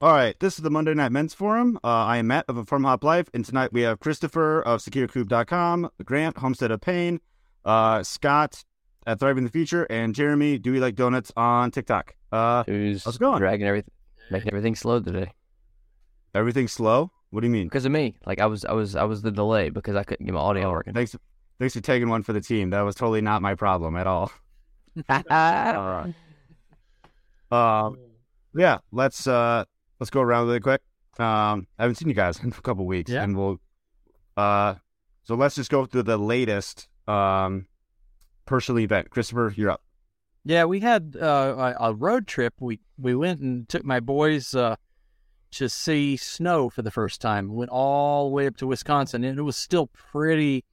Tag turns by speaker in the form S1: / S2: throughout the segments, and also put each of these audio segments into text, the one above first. S1: All right, this is the Monday Night Men's Forum. Uh, I am Matt of Inform Hop Life, and tonight we have Christopher of SecureCube.com, Grant, Homestead of Pain, uh, Scott at Thriving the Future, and Jeremy, Do We Like Donuts on TikTok. Uh,
S2: Who's
S1: How's it going?
S2: dragging everything, making everything slow today
S1: everything slow? What do you mean?
S2: because of me. Like I was, I was, I was the delay because I couldn't get my audio working.
S1: Oh, Thanks, thanks for taking one for the team. That was totally not my problem at all.
S2: All
S1: right. Um, yeah, let's uh, let's go around really quick. Um, I haven't seen you guys in a couple weeks,
S3: Yeah.
S1: and we'll. Uh, so let's just go through the latest um, personal event. Christopher, you're up.
S3: Yeah, we had uh, a, a road trip. We we went and took my boys uh, to see snow for the first time. Went all the way up to Wisconsin, and it was still pretty,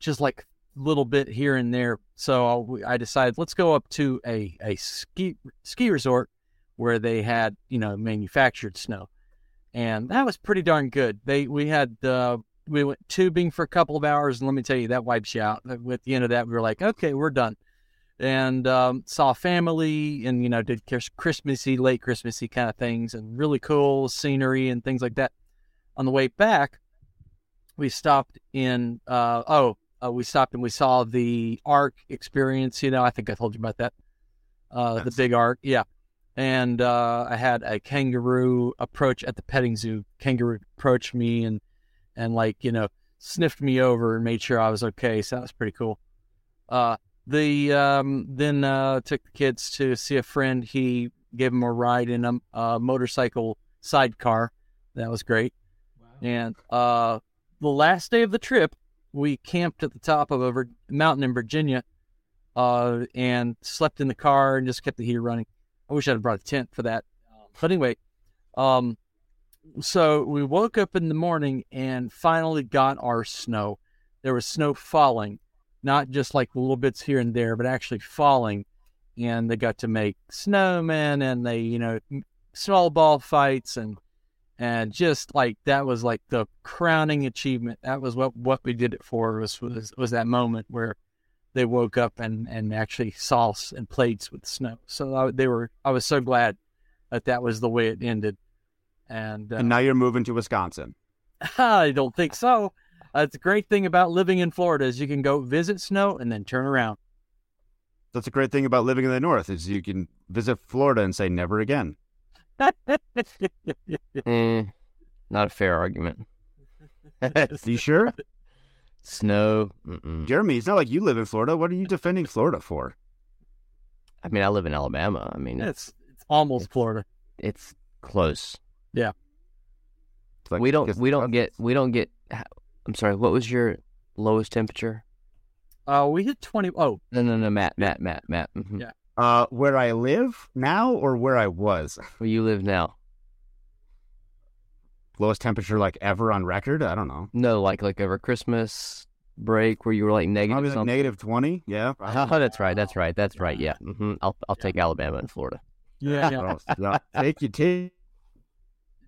S3: just like little bit here and there. So uh, I, I decided let's go up to a a ski ski resort where they had you know manufactured snow, and that was pretty darn good. They we had uh, we went tubing for a couple of hours, and let me tell you that wipes you out. At the end of that, we were like, okay, we're done and um, saw family and you know did Chris- christmassy late christmassy kind of things and really cool scenery and things like that on the way back we stopped in uh, oh uh, we stopped and we saw the arc experience you know i think i told you about that uh, the
S1: Yes.
S3: big arc yeah and uh, i had a kangaroo approach at the petting zoo kangaroo approached me and and like you know sniffed me over and made sure i was okay so that was pretty cool uh, the um, then uh, took the kids to see a friend. He gave them a ride in a, a motorcycle sidecar. That was great. And uh, the last day of the trip, we camped at the top of a Vir- mountain in Virginia, uh, and slept in the car and just kept the heater running. I wish I'd have brought a tent for that. But anyway, um, so we woke up in the morning and finally got our snow. There was snow falling not just like little bits here and there, but actually falling. And they got to make snowmen and they, you know, m- small ball fights and and just like that was like the crowning achievement. That was what what we did it for was was, was that moment where they woke up and and actually saw s- and played s- with snow. So I, they were I was so glad that that was the way it ended. And, uh,
S1: And now you're moving to Wisconsin.
S3: I don't think so. That's the great thing about living in Florida is you can go visit snow and then turn around.
S1: That's a great thing about living in the North is you can visit Florida and say never again.
S2: Eh, not a fair argument.
S1: you sure,
S2: Snow. Mm-mm.
S1: Jeremy? It's not like you live in Florida. What are you defending Florida for?
S2: I mean, I live in Alabama. I mean,
S3: it's it's almost Florida.
S2: it's close.
S1: It's like-
S2: we don't. We don't get. We don't get. I'm sorry. What was your lowest temperature?
S3: Uh, we hit twenty. Oh,
S2: No, no, no, Matt, Matt, Matt, Matt. Mhm.
S3: Yeah.
S1: uh, where I live now or where I was.
S2: Where you live now?
S1: Lowest temperature like ever on record. I don't know.
S2: No, like like over Christmas break where you were like negative
S1: Probably like
S2: something.
S1: negative twenty. Yeah.
S2: Oh, that's right. That's right. That's right. Yeah. hmm I'll I'll take Alabama and Florida.
S3: yeah.
S1: Well, yeah, take your tea.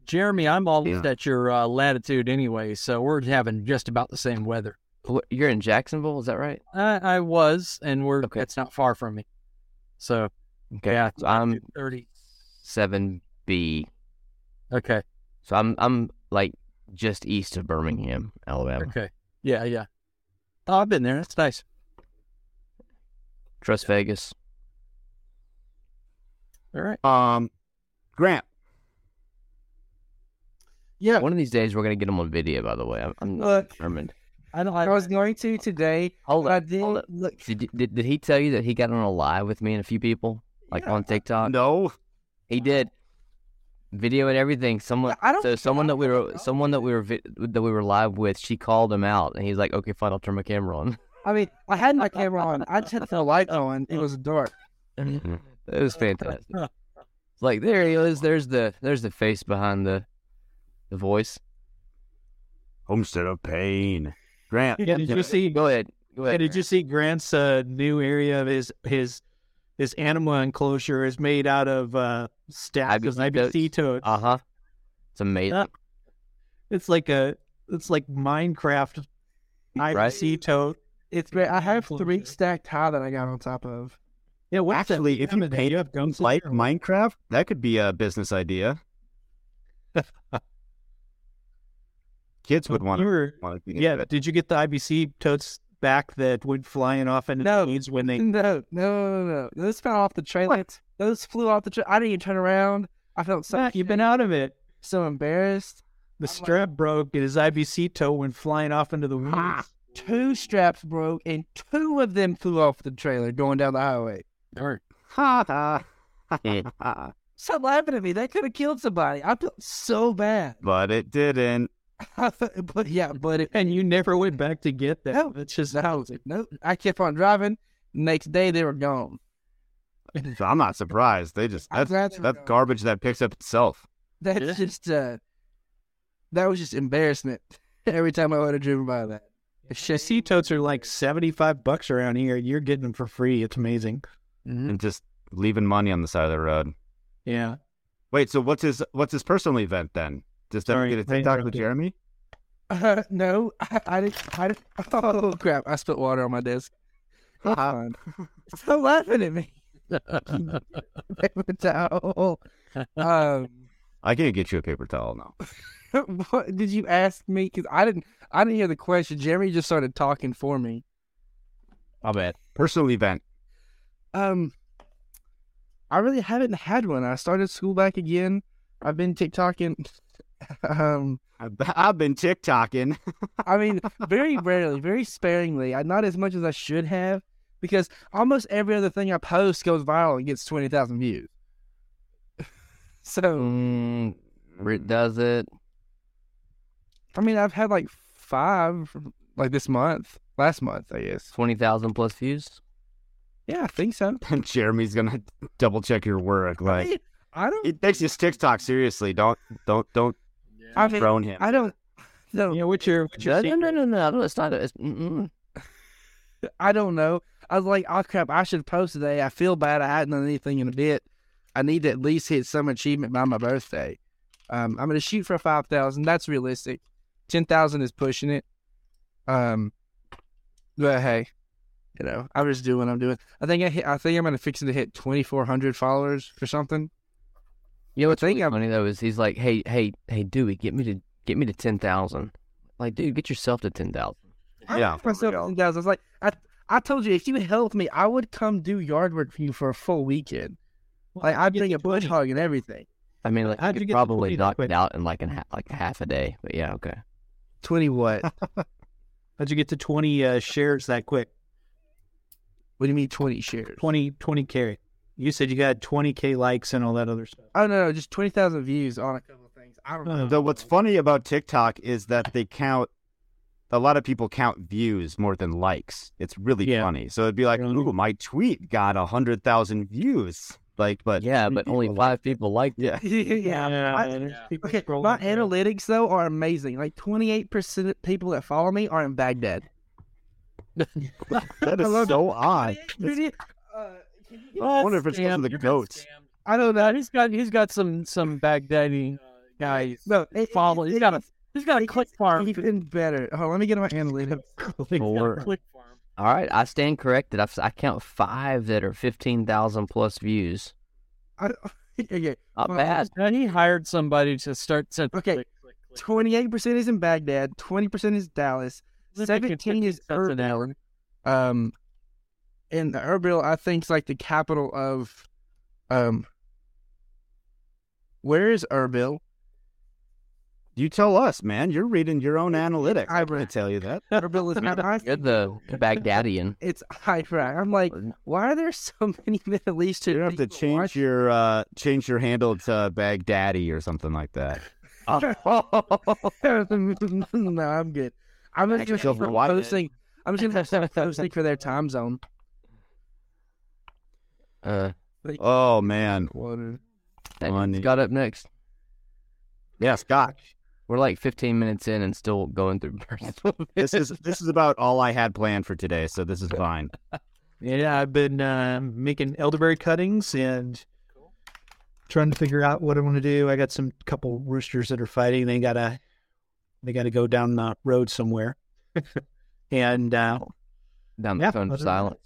S3: Jeremy, I'm almost
S1: Yeah.
S3: at your uh, latitude anyway, so we're having just about the same weather.
S2: Wh- You're in Jacksonville, is that right?
S3: I, I was, and we're
S2: Okay.
S3: it's not far from me. So
S2: Okay.
S3: yeah,
S2: So I'm
S3: thirty.
S2: seven B.
S3: Okay,
S2: So I'm I'm like just east of Birmingham, Alabama.
S3: okay, yeah, yeah. Oh, I've been there. That's nice.
S2: Trust Vegas.
S3: All right.
S1: Um, Grant.
S4: Yeah.
S2: One of these days we're gonna get them on video. By the way, I'm, I'm
S4: Look,
S2: determined.
S3: I don't.
S4: I was going to today,
S2: Hold
S4: but I
S2: up. Hold
S4: didn't.
S2: up.
S4: Look,
S2: Did, you- did did he tell you that he got on a live with me and a few people like on
S5: Uh,
S2: TikTok?
S1: No.
S2: He did. Video and everything. Someone.
S4: I don't.
S2: So someone that we were
S4: know.
S2: someone that we were vi- that we were live with, she called him out, and he's like, "Okay, fine, I'll turn my camera on."
S4: I mean, I had my camera on. I just had the light on. It was dark.
S2: it
S5: Mm-hmm.
S2: was fantastic. It's like there he is. There's the there's the face behind the the voice.
S1: Homestead of pain. Grant.
S5: Yeah, did you see?
S2: Go ahead. Go
S5: Yeah,
S2: ahead.
S5: did you see Grant's uh, new area of his his his animal enclosure is made out of uh, staff
S2: Ibis
S5: because IBC toad.
S2: Uh huh. It's amazing.
S5: Uh, It's like a it's like Minecraft IBC toad.
S4: It's great. I have three
S5: Enclosure.
S4: stacked high that I got on top of.
S5: Yeah, what's that
S1: Actually, if you
S5: salmon that
S1: paint
S5: have gums in
S1: Like
S5: there?
S1: Minecraft, that could be a business idea. Kids would want
S5: You
S1: to.
S5: were-
S1: Want to
S5: yeah. Did you get the IBC totes back that went flying off into
S4: No.
S5: the weeds when they?
S4: No, no, no, no. Those fell off the trailer. Those flew off the trailer. I didn't even turn around. I felt so
S5: Matt, you've been out of it.
S4: so embarrassed.
S5: The
S4: I'm like-
S5: strap broke and his IBC toe went flying off into the
S4: Ah.
S5: weeds.
S4: Two straps broke, and two of them flew off the trailer going down the highway.
S3: Darn.
S1: Ha ha. ha, ha.
S4: Stop laughing at me. That could have killed somebody. I felt so bad.
S1: but it didn't.
S4: but yeah, but it
S5: And you never went back to get that.
S4: No.
S5: It's just
S4: no, no. I kept on driving. Next day they were gone.
S1: So I'm not surprised. They just
S4: I'm
S1: that's
S4: glad they were
S1: that's
S4: gone.
S1: garbage that picks up itself.
S4: That's
S3: Yeah.
S4: just uh, that was just embarrassment. Every time I would have driven by that. It's just
S5: IBC totes are like seventy-five bucks around here. You're getting them for free. It's amazing.
S4: Mm-hmm.
S1: and just leaving money on the side of the road.
S5: Yeah.
S1: Wait, so what's his what's his personal event then? Just
S5: Sorry,
S1: get a
S5: I
S1: TikTok with
S5: interrupted.
S1: Jeremy?
S4: Uh, no, I, I didn't. I didn't. Oh crap! I spilled water on my desk. It's fine. Stop laughing at me. Paper towel. Um,
S1: I can't get you a paper towel now.
S4: what did you ask me? Because I didn't. I didn't hear the question. Jeremy just started talking for me.
S3: I'll bet.
S1: Personal event.
S4: Um, I really haven't had one. I started school back again. I've been TikToking. um,
S1: I've, I've been TikToking.
S4: I mean, very rarely, very sparingly. I not as much as I should have, because almost every other thing I post goes viral and gets twenty thousand views. so
S2: Mm, Brit does it.
S4: I mean, I've had like five, like this month, last month, I guess.
S2: Twenty thousand plus views.
S4: Yeah, I think so.
S1: And Jeremy's gonna double check your work. Like
S4: mean, I don't.
S1: he takes his TikTok seriously. Don't don't don't
S4: I mean,
S1: drone him.
S4: I don't. No,
S5: Yeah. What's your? What's
S2: No,
S5: your
S2: no,
S5: secret?
S2: no, no, no, no. It's not. It's, mm-mm.
S4: I don't know. I was like, oh crap, I should post today. I feel bad. I hadn't done anything in a bit. I need to at least hit some achievement by my birthday. Um, I'm gonna shoot for five thousand. That's realistic. Ten thousand is pushing it. Um, but hey, you know, I'm just doing what I'm doing. I think I hit, I think I'm gonna fix it to hit 2,400 followers or something.
S2: You know what's
S4: I think
S2: really
S4: I'm-
S2: funny though is he's like, hey, hey, hey, Dewey, get me to get me to ten thousand. Like, dude, get yourself to ten thousand.
S4: I
S1: Yeah,
S4: asked
S1: for
S4: myself
S1: real.
S4: ten thousand. I was like, I, I told you if you helped me, I would come do yard work for you for a full weekend. Like I'd
S5: get
S4: bring
S5: the
S4: a bush
S5: 20.
S4: hog and everything.
S2: I mean, like,
S5: How'd
S2: you
S5: you
S2: could
S5: get the
S2: probably
S5: 20
S2: knock
S5: quick?
S2: it out in like in ha- like half a day. But yeah, okay.
S4: Twenty what?
S5: How'd you get to twenty uh, shares that quick?
S4: What do you mean twenty shares?
S5: 20 20 k. You said you got twenty k likes and all that other stuff.
S4: Oh no, no, just twenty thousand views on a couple of things. I
S3: Uh,
S4: don't know.
S1: Though what's funny about TikTok is that they count a lot of people count views more than likes. It's really
S5: Yeah.
S1: funny. So it'd be like,
S5: Really?
S1: ooh, my tweet got a hundred thousand views. Like, but
S2: yeah, but only
S1: people
S2: five people liked
S1: yeah,
S2: it.
S4: yeah. I-
S5: there's people
S4: Okay,
S5: scrolling
S4: my
S5: through.
S4: analytics though are amazing. Like twenty eight percent of people that follow me are in Baghdad.
S1: that
S4: I love
S1: is so odd.
S4: Uh, can you-
S1: I wonder if it's because of the goats.
S4: I don't know.
S3: Uh, he's got he's got some some Baghdadi guys.
S4: No, it,
S3: Follow-
S4: it-
S3: you gotta- He's got a
S4: it
S3: click
S4: gets
S3: farm.
S4: Even better. Oh, let me get my analytics.
S2: Four.
S3: Click farm.
S2: All right, I stand corrected. I've, I count five that are fifteen thousand plus views.
S4: I, okay,
S2: Not
S4: Well,
S2: bad.
S3: Now he hired somebody to start. To
S4: Okay.
S3: click, click, click.
S4: twenty-eight percent is in Baghdad. Twenty percent is Dallas.
S3: Look at
S4: 17 is
S3: Kentucky cents an hour.
S4: Um, and Erbil, I think, is like the capital of, um. Where is Erbil?
S1: You tell us, man. You're reading your own analytics. I'm gonna tell you that.
S4: Erbil is not. I-
S2: You're the Baghdadian.
S4: It's Iraq. I'm like, why are there so many Middle Eastern?
S1: You have to
S4: people watching?
S1: change your uh, change your handle to Baghdaddy or something like that.
S4: no, I'm good. I'm just gonna
S1: Actually,
S4: keep on
S1: why-
S4: posting. I'm just gonna start posting for their time zone.
S2: Uh,
S1: Oh man,
S4: Water.
S1: Funny.
S2: got up next.
S1: yeah, Scott.
S2: We're like fifteen minutes in and still going through personal.
S1: This is this is about all I had planned for today, so this is fine.
S5: Yeah, I've been uh, making elderberry cuttings and trying to figure out what I want to do. I got some couple roosters that are fighting. They gotta they gotta go down the road somewhere. and uh,
S2: down the
S5: Yeah,
S2: phone
S5: other
S2: of
S5: than
S2: silence.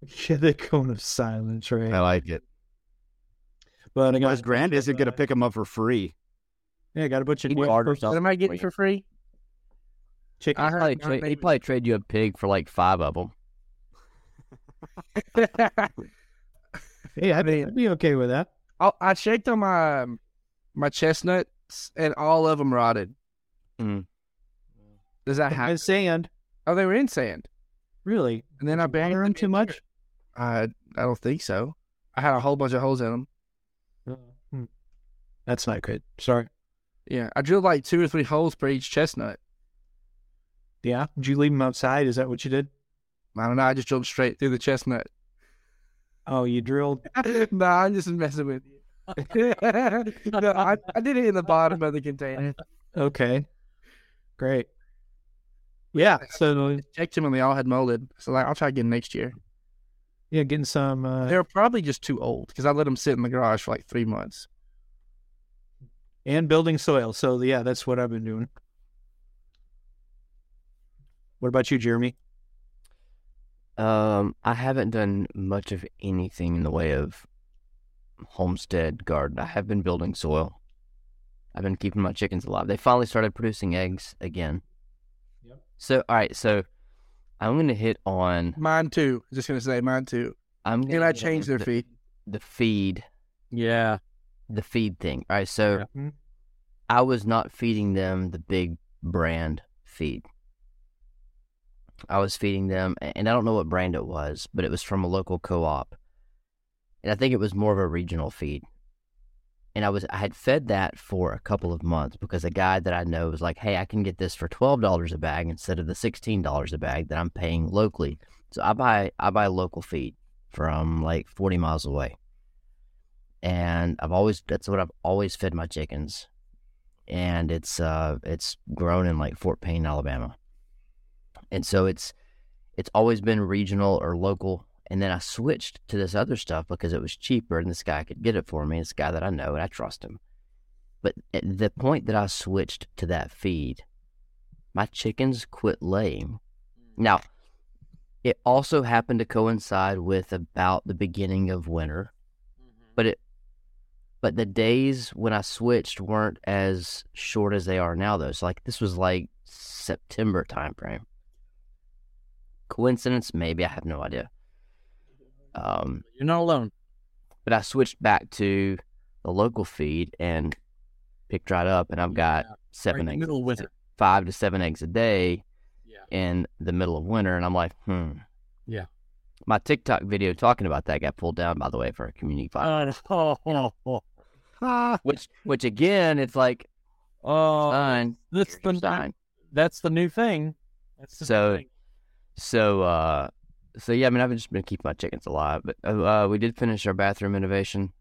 S5: yeah, the cone of silence, right?
S1: I like it.
S5: But I got
S1: Because Grand isn't gonna pick him up for free.
S5: Yeah, got a bunch of
S2: He'd
S5: wet
S2: barter
S5: pro-
S2: something
S4: What am I getting
S2: for
S4: for free?
S5: chicken.
S2: He'd probably, tra- he'd probably trade you a pig for like five of them.
S5: Hey, I'd,
S4: mean-
S5: I'd be okay with that.
S4: I, I checked on my um, my chestnuts, and all of them rotted.
S2: Mm.
S4: Does that happen?
S5: And sand,
S4: Oh, they were in sand,
S5: really?
S4: and then I buried
S5: Water
S4: them
S5: them
S4: in
S5: too much.
S4: dirt. I I don't think so. I had a whole bunch of holes in them.
S5: Hmm. That's not good. Sorry.
S4: Yeah, I drilled like two or three holes for each chestnut.
S5: Yeah. Did you leave them outside? Is that what you did?
S4: I don't know. I just jumped straight through the chestnut.
S5: Oh, you drilled.
S4: no, I'm just messing with you. no, I, I did it in the bottom of the container.
S5: Okay. Great. Yeah. So
S4: Checked them and they all had molded. So like, I'll try again next year.
S5: yeah, getting some. Uh,
S4: They're probably just too old because I let them sit in the garage for like three months.
S5: and building soil. So yeah, that's what I've been doing. What about you, Jeremy?
S2: Um, I haven't done much of anything in the way of homestead garden. I have been building soil. I've been keeping my chickens alive. They finally started producing eggs again.
S5: Yep.
S2: So, all right. So, I'm gonna hit on.
S4: Mine too. Just gonna say mine too.
S2: I'm gonna
S4: And I
S2: hit on
S4: changed their
S2: the-
S4: feet.
S2: The feed,
S3: Yeah.
S2: the feed thing. All right. So,
S5: Hmm?
S2: I was not feeding them the big brand feed. I was feeding them, and I don't know what brand it was, but it was from a local co-op, and I think it was more of a regional feed. And I was I had fed that for a couple of months because a guy that I know was like, "Hey, I can get this for twelve dollars a bag instead of the sixteen dollars a bag that I'm paying locally." So I buy I buy local feed from like forty miles away, and I've always that's what I've always fed my chickens and it's uh it's grown in like Fort Payne, Alabama. And so it's it's always been regional or local. And then I switched to this other stuff because it was cheaper and this guy could get it for me. It's a guy that I know and I trust him. But at the point that I switched to that feed, my chickens quit laying. Now, it also happened to coincide with about the beginning of winter, but it but the days when I switched weren't as short as they are now though. So like this was like September timeframe. Coincidence? Maybe I have no idea. Um,
S3: You're not alone.
S2: but I switched back to the local feed and picked right up, and I've got
S3: Yeah,
S2: seven
S3: right in the
S2: eggs,
S3: middle of winter.
S2: five to seven eggs a day
S3: Yeah.
S2: in the middle of winter, and I'm like, hmm.
S3: Yeah.
S2: My TikTok video talking about that got pulled down, by the way, for a community file.
S3: Uh, oh, oh, oh.
S1: Ah,
S2: which, which again, it's like,
S3: Oh,
S2: fine,
S3: that's
S2: here's your
S3: the
S2: sign.
S3: that's the new thing. That's the new
S2: So-
S3: thing.
S2: So, uh, so yeah, I mean, I've just been keeping my chickens alive, but uh, uh, we did finish our bathroom innovation.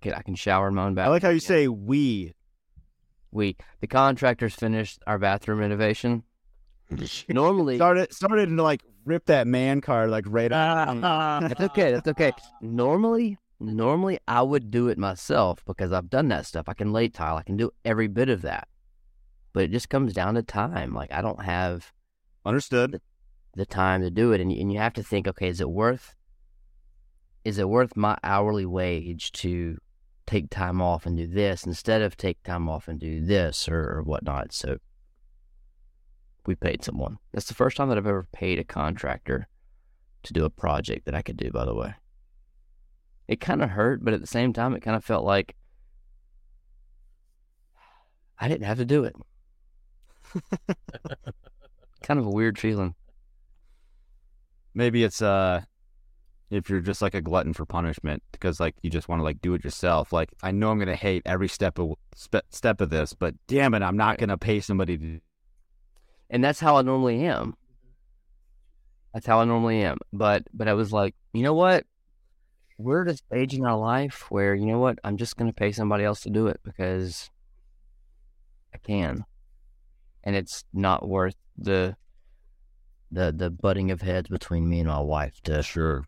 S2: Okay, I can shower in my own
S1: I
S2: bathroom.
S1: like how you say we.
S2: we the contractors finished our bathroom innovation. Normally,
S1: Started started to like rip that man card like right up.
S2: that's okay. That's okay. Normally, normally I would do it myself because I've done that stuff. I can lay tile. I can do every bit of that. But it just comes down to time. Like I don't have
S1: Understood.
S2: Uh, the time to do it and, and you have to think okay is it worth is it worth my hourly wage to take time off and do this instead of take time off and do this or, or whatnot so we paid someone that's the first time that i've ever paid a contractor to do a project that i could do by the way it kind of hurt but at the same time it kind of felt like i didn't have to do it kind of a weird feeling
S1: Maybe it's uh if you're just like a glutton for punishment because like you just want to like do it yourself. Like I know I'm gonna hate every step of spe- step of this, but damn it, I'm not gonna pay somebody to.
S2: and that's how I normally am. That's how I normally am. But but I was like, you know what? We're just aging our life where you know what? I'm just gonna pay somebody else to do it because I can, and it's not worth the the the butting of heads between me and my wife to
S1: Sure.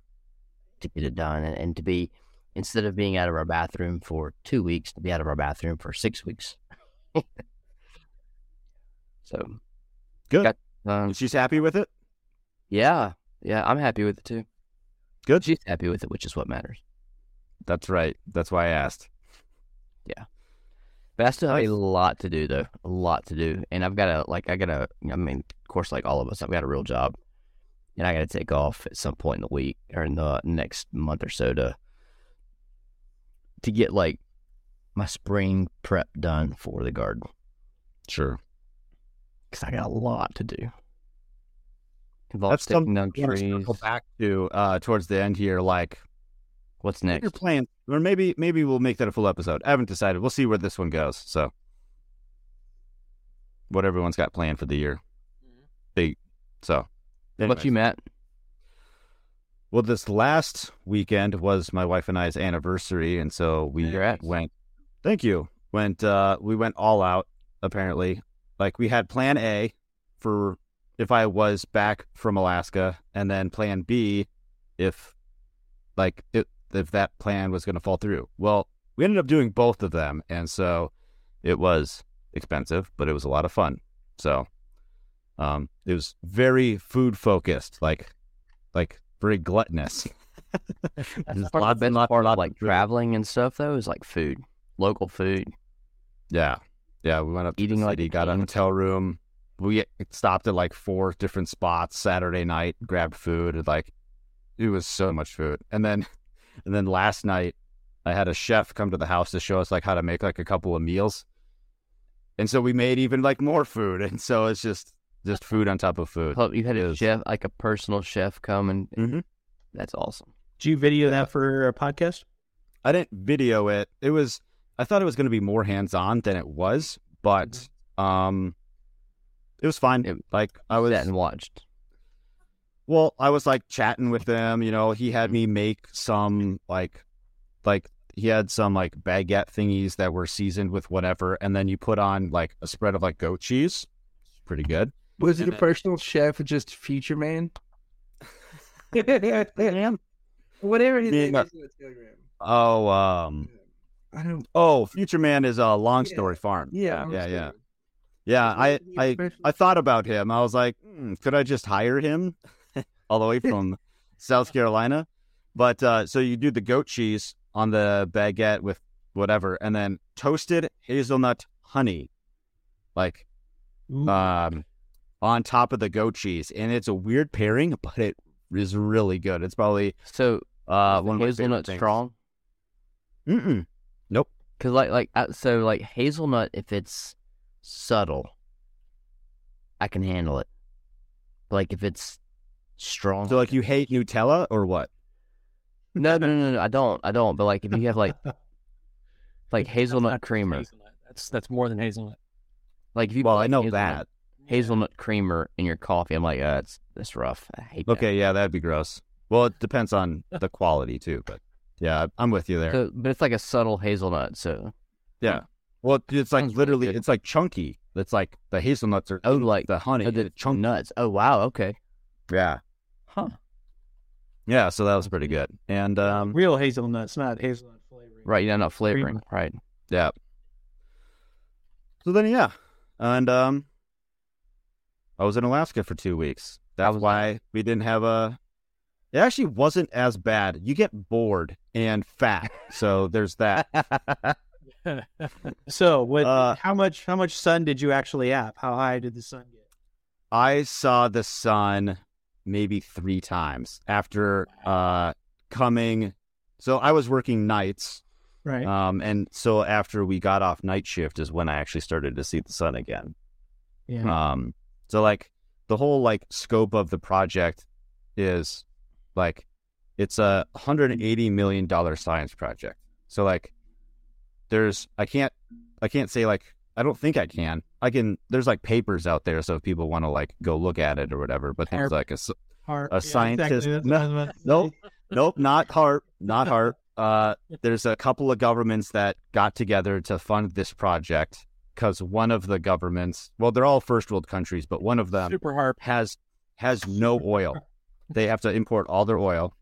S2: to get it done and, and to be instead of being out of our bathroom for two weeks to be out of our bathroom for six weeks. so
S1: Good.
S2: Got, um,
S1: She's happy with it.
S2: yeah, yeah, I'm happy with it too.
S1: Good.
S2: She's happy with it, which is what matters.
S1: That's right. That's why I asked.
S2: That's still a lot to do, though. A lot to do, and I've got to like I got to. I mean, of course, like all of us, I've got a real job, and I got to take off at some point in the week or in the next month or so to to get like my spring prep done for the garden
S1: Sure.
S2: because I got a lot to do.
S1: That's
S2: Involves taking
S1: something
S2: down
S1: I wanna
S2: trees.
S1: circle back to uh, towards the end here. Like
S2: What's
S1: what your
S2: next?
S1: plan, or maybe maybe we'll make that a full episode. I haven't decided. We'll see where this one goes. So, what everyone's got planned for the year, they so.
S2: What about you,
S1: anyways.
S2: Matt?
S1: Well, this last weekend was my wife and I's anniversary, and so we
S2: Congrats.
S1: went. Thank you. Went. Uh, we went all out. Apparently, like we had Plan A for if I was back from Alaska, and then Plan B if like it, if that plan was going to fall through. Well, we ended up doing both of them, and so it was expensive, but it was a lot of fun. So, um, it was very food focused. Like like very gluttonous.
S2: That's
S1: Just
S2: part of
S1: lots
S2: the
S1: and
S2: best
S1: lots
S2: part
S1: and lots
S2: of like
S1: of food.
S2: traveling and stuff though is like food, local food.
S1: Yeah, yeah. We went up to
S2: Eating
S1: the
S2: like
S1: city,
S2: a
S1: got a
S2: king.
S1: hotel room. We stopped at like four different spots Saturday night, grabbed food. And, like it was so much food, and then and then last night I had a chef come to the house to show us like how to make like a couple of meals, and so we made even like more food, and so it's just just food on top of food.
S2: Hope you had a
S1: Yes.
S2: chef, like a personal chef, come and
S1: Mhm.
S2: that's awesome.
S5: Do you video that for a podcast?
S1: I didn't video it. It was I thought it was going to be more hands on than it was, but
S4: Mm-hmm.
S1: um, it was fine.
S2: It-
S1: like I
S2: I
S1: was
S2: sat and watched.
S1: well, I was like chatting with them. You know, he had me make some like like he had some like baguette thingies that were seasoned with whatever, and then you put on like a spread of like goat cheese. It's pretty good.
S4: Was it a
S3: And it-
S4: personal chef or just future man? Whatever his
S1: Yeah,
S4: name
S1: no.
S4: is in the telegram.
S1: Oh, um,
S4: I don't.
S1: oh, Future Man is a uh, long story farm.
S4: Yeah. I'm
S1: yeah,
S4: sure.
S1: yeah. Yeah, I,
S4: Wasn't he a
S1: I,
S4: professional-
S1: I thought about him. I was like, hmm, could I just hire him all the way from South Carolina? But uh, so you do the goat cheese on the baguette with whatever, and then toasted hazelnut honey, like
S5: Ooh.
S1: um, on top of the goat cheese, and it's a weird pairing, but it is really good. It's probably
S2: So
S1: uh,
S2: uh,
S1: one of my
S2: hazelnut
S1: favorite
S2: strong
S1: things. Mm-mm.
S2: because like like uh, so like hazelnut if it's subtle, I can handle it. But, like if it's strong,
S1: So like you hate Nutella or what?
S2: no, no, no, no, I don't, I don't. But like if you have like like hazelnut creamer,
S3: Hazelnut. That's that's more than hazelnut.
S2: like if you
S1: Well,
S2: put,
S1: I
S2: like,
S1: know
S2: hazelnut-
S1: that.
S2: hazelnut creamer in your coffee, I'm like, uh, it's that's rough. I hate that.
S1: Okay, yeah, that'd be gross. Well, it depends on the quality too, but yeah, I'm with you there.
S2: So, but it's like a subtle hazelnut, so
S1: Well, it's like
S2: Sounds really
S1: literally,
S2: good.
S1: it's like chunky. It's like the hazelnuts are
S2: Oh,
S1: in
S2: like-
S1: the honey,
S2: oh, the
S1: It's chunky.
S2: nuts. Oh wow, okay,
S1: Yeah,
S2: huh?
S1: yeah. So that was pretty good. And um,
S5: Real hazelnuts, not hazelnut flavoring.
S2: Right, yeah, not flavoring, right?
S1: yeah. So then, yeah, and um, I was in Alaska for two weeks. That's
S2: was
S1: why we didn't have a. It actually wasn't as bad. You get bored and fat, so there's that.
S5: So, what?
S1: Uh,
S5: how much? How much sun did you actually have? How high did the sun get?
S1: I saw the sun maybe three times after uh coming. So I was working nights,
S5: Right.
S1: um, and so after we got off night shift is when I actually started to see the sun again.
S5: yeah.
S1: Um, so like the whole like scope of the project is like it's a hundred and eighty million dollar science project. So like there's I can't I can't say like I don't think I can. I can there's like papers out there so if people want to like go look at it or whatever, but there's like a s-
S5: Har-
S1: a scientist-
S5: That's what I was about to
S1: Nope.
S5: say.
S1: nope, not HARP, not HARP. Uh, there's a couple of governments that got together to fund this project because one of the governments, well, they're all first world countries, but one of them
S3: Super harp.
S1: has has no oil. They have to import all their oil,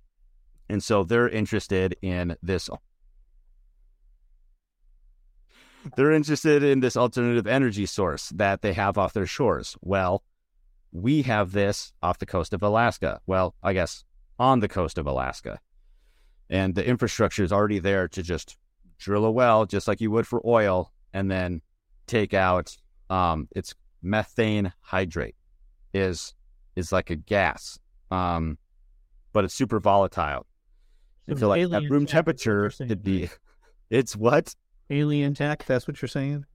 S1: and so they're interested in this. They're interested in this alternative energy source that they have off their shores. Well, we have this off the coast of Alaska. Well, I guess on the coast of Alaska, and the infrastructure is already there to just drill a well, just like you would for oil, and then take out um, it's methane hydrate is is like a gas, um, but it's super volatile. And
S5: Some
S1: so like
S5: alien
S1: at room
S5: tech is what you're
S1: temperature,
S5: saying,
S1: it'd be it's what
S5: Alien tech, that's what you're saying?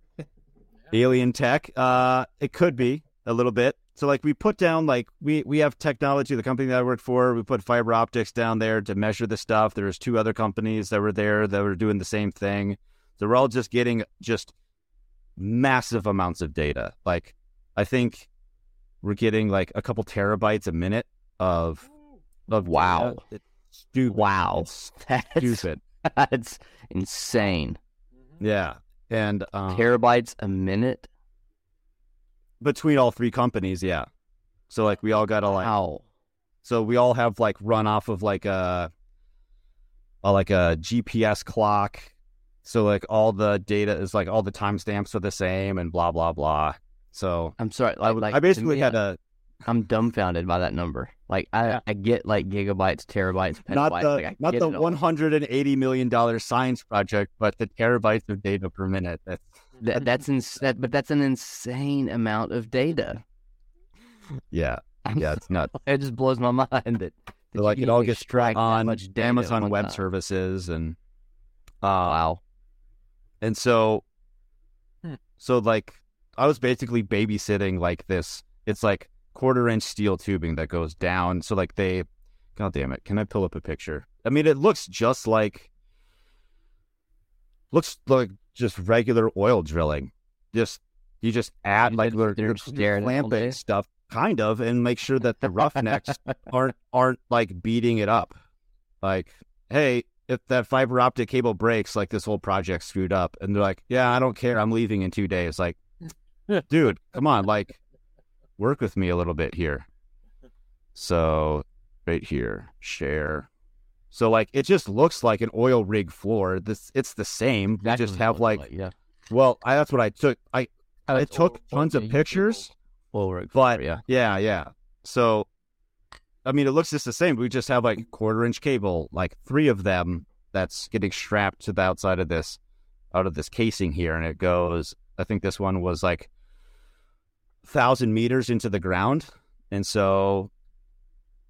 S1: alien tech. Uh, it could be a little bit. So like we put down like we we have technology. The company that I worked for, we put fiber optics down there to measure the stuff. There was two other companies that were there that were doing the same thing. So we're all just getting just massive amounts of data. Like I think we're getting like a couple terabytes a minute of of
S2: Wow.
S1: data. It's stupid.
S2: Wow.
S1: It's
S2: That's,
S1: stupid.
S2: that's insane.
S1: Yeah, and um,
S2: Terabytes a minute?
S1: between all three companies, yeah. So like we all got to like
S2: Wow.
S1: So we all have like run off of like a, a like a GPS clock. So like all the data is like all the timestamps are the same and blah blah blah. So
S2: I'm sorry.
S1: I,
S2: Like, like,
S1: I
S2: to
S1: basically
S2: me,
S1: had a
S2: I'm dumbfounded by that number. Like I, I get like gigabytes, terabytes, petabytes.
S1: not
S2: like, I
S1: the not
S2: get
S1: the
S2: it all.
S1: one hundred and eighty million dollar science project, but the terabytes of data per minute. That's
S2: That, that's ins- that, but that's an insane amount of data.
S1: yeah, yeah, it's nuts.
S2: It just blows my mind that, that
S1: So, like
S2: you
S1: it
S2: can
S1: all gets
S2: extract that
S1: on
S2: much data at
S1: Amazon
S2: one
S1: Web
S2: time.
S1: Services and uh,
S2: Wow.
S1: And so,
S3: Hmm.
S1: so like, I was basically babysitting like this. It's like quarter inch steel tubing that goes down. So like they, god damn it, can I pull up a picture? I mean, it looks just like, looks like just regular oil drilling. Just you just add
S2: You
S1: like
S2: just
S1: little
S2: sit there
S1: you're
S2: and stare at it all day?
S1: clamping stuff, kind of, and make sure that the roughnecks aren't aren't like beating it up. Like, hey, if that fiber optic cable breaks, like this whole project screwed up, and they're like, yeah, I don't care, I'm leaving in two days. Like, dude, come on, like, work with me a little bit here. So, right here, share. So like, it just looks like an oil rig floor. This it's the same. You
S2: Exactly
S1: just
S2: what it
S1: have
S2: looks
S1: like,
S2: yeah.
S1: well, I, that's what I took. I
S2: Oh,
S1: I
S2: it's
S1: took
S2: all-
S1: tons
S2: yeah,
S1: of
S2: you-
S1: pictures.
S2: Well, we're-
S1: But
S2: yeah.
S1: yeah, yeah, yeah. So, I mean, it looks just the same. We just have like quarter inch cable, like three of them that's getting strapped to the outside of this, out of this casing here, and it goes. I think this one was like thousand meters into the ground, and so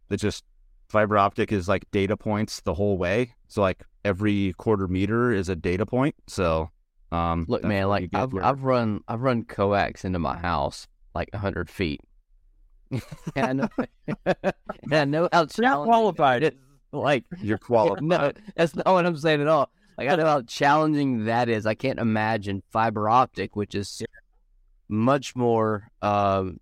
S1: it just fiber optic is like data points the whole way. So like every quarter meter is a data point. So um
S2: Look,
S1: that's
S2: man,
S1: what you
S2: like
S1: get
S2: I've,
S1: here.
S2: I've run I've run coax into my house like hundred feet. and I know, and I know how
S3: Not
S2: challenging
S3: qualified.
S2: that is. Like
S1: you're qualified.
S2: no, that's not what I'm saying at all. Like I know how challenging that is. I can't imagine fiber optic, which is much more um,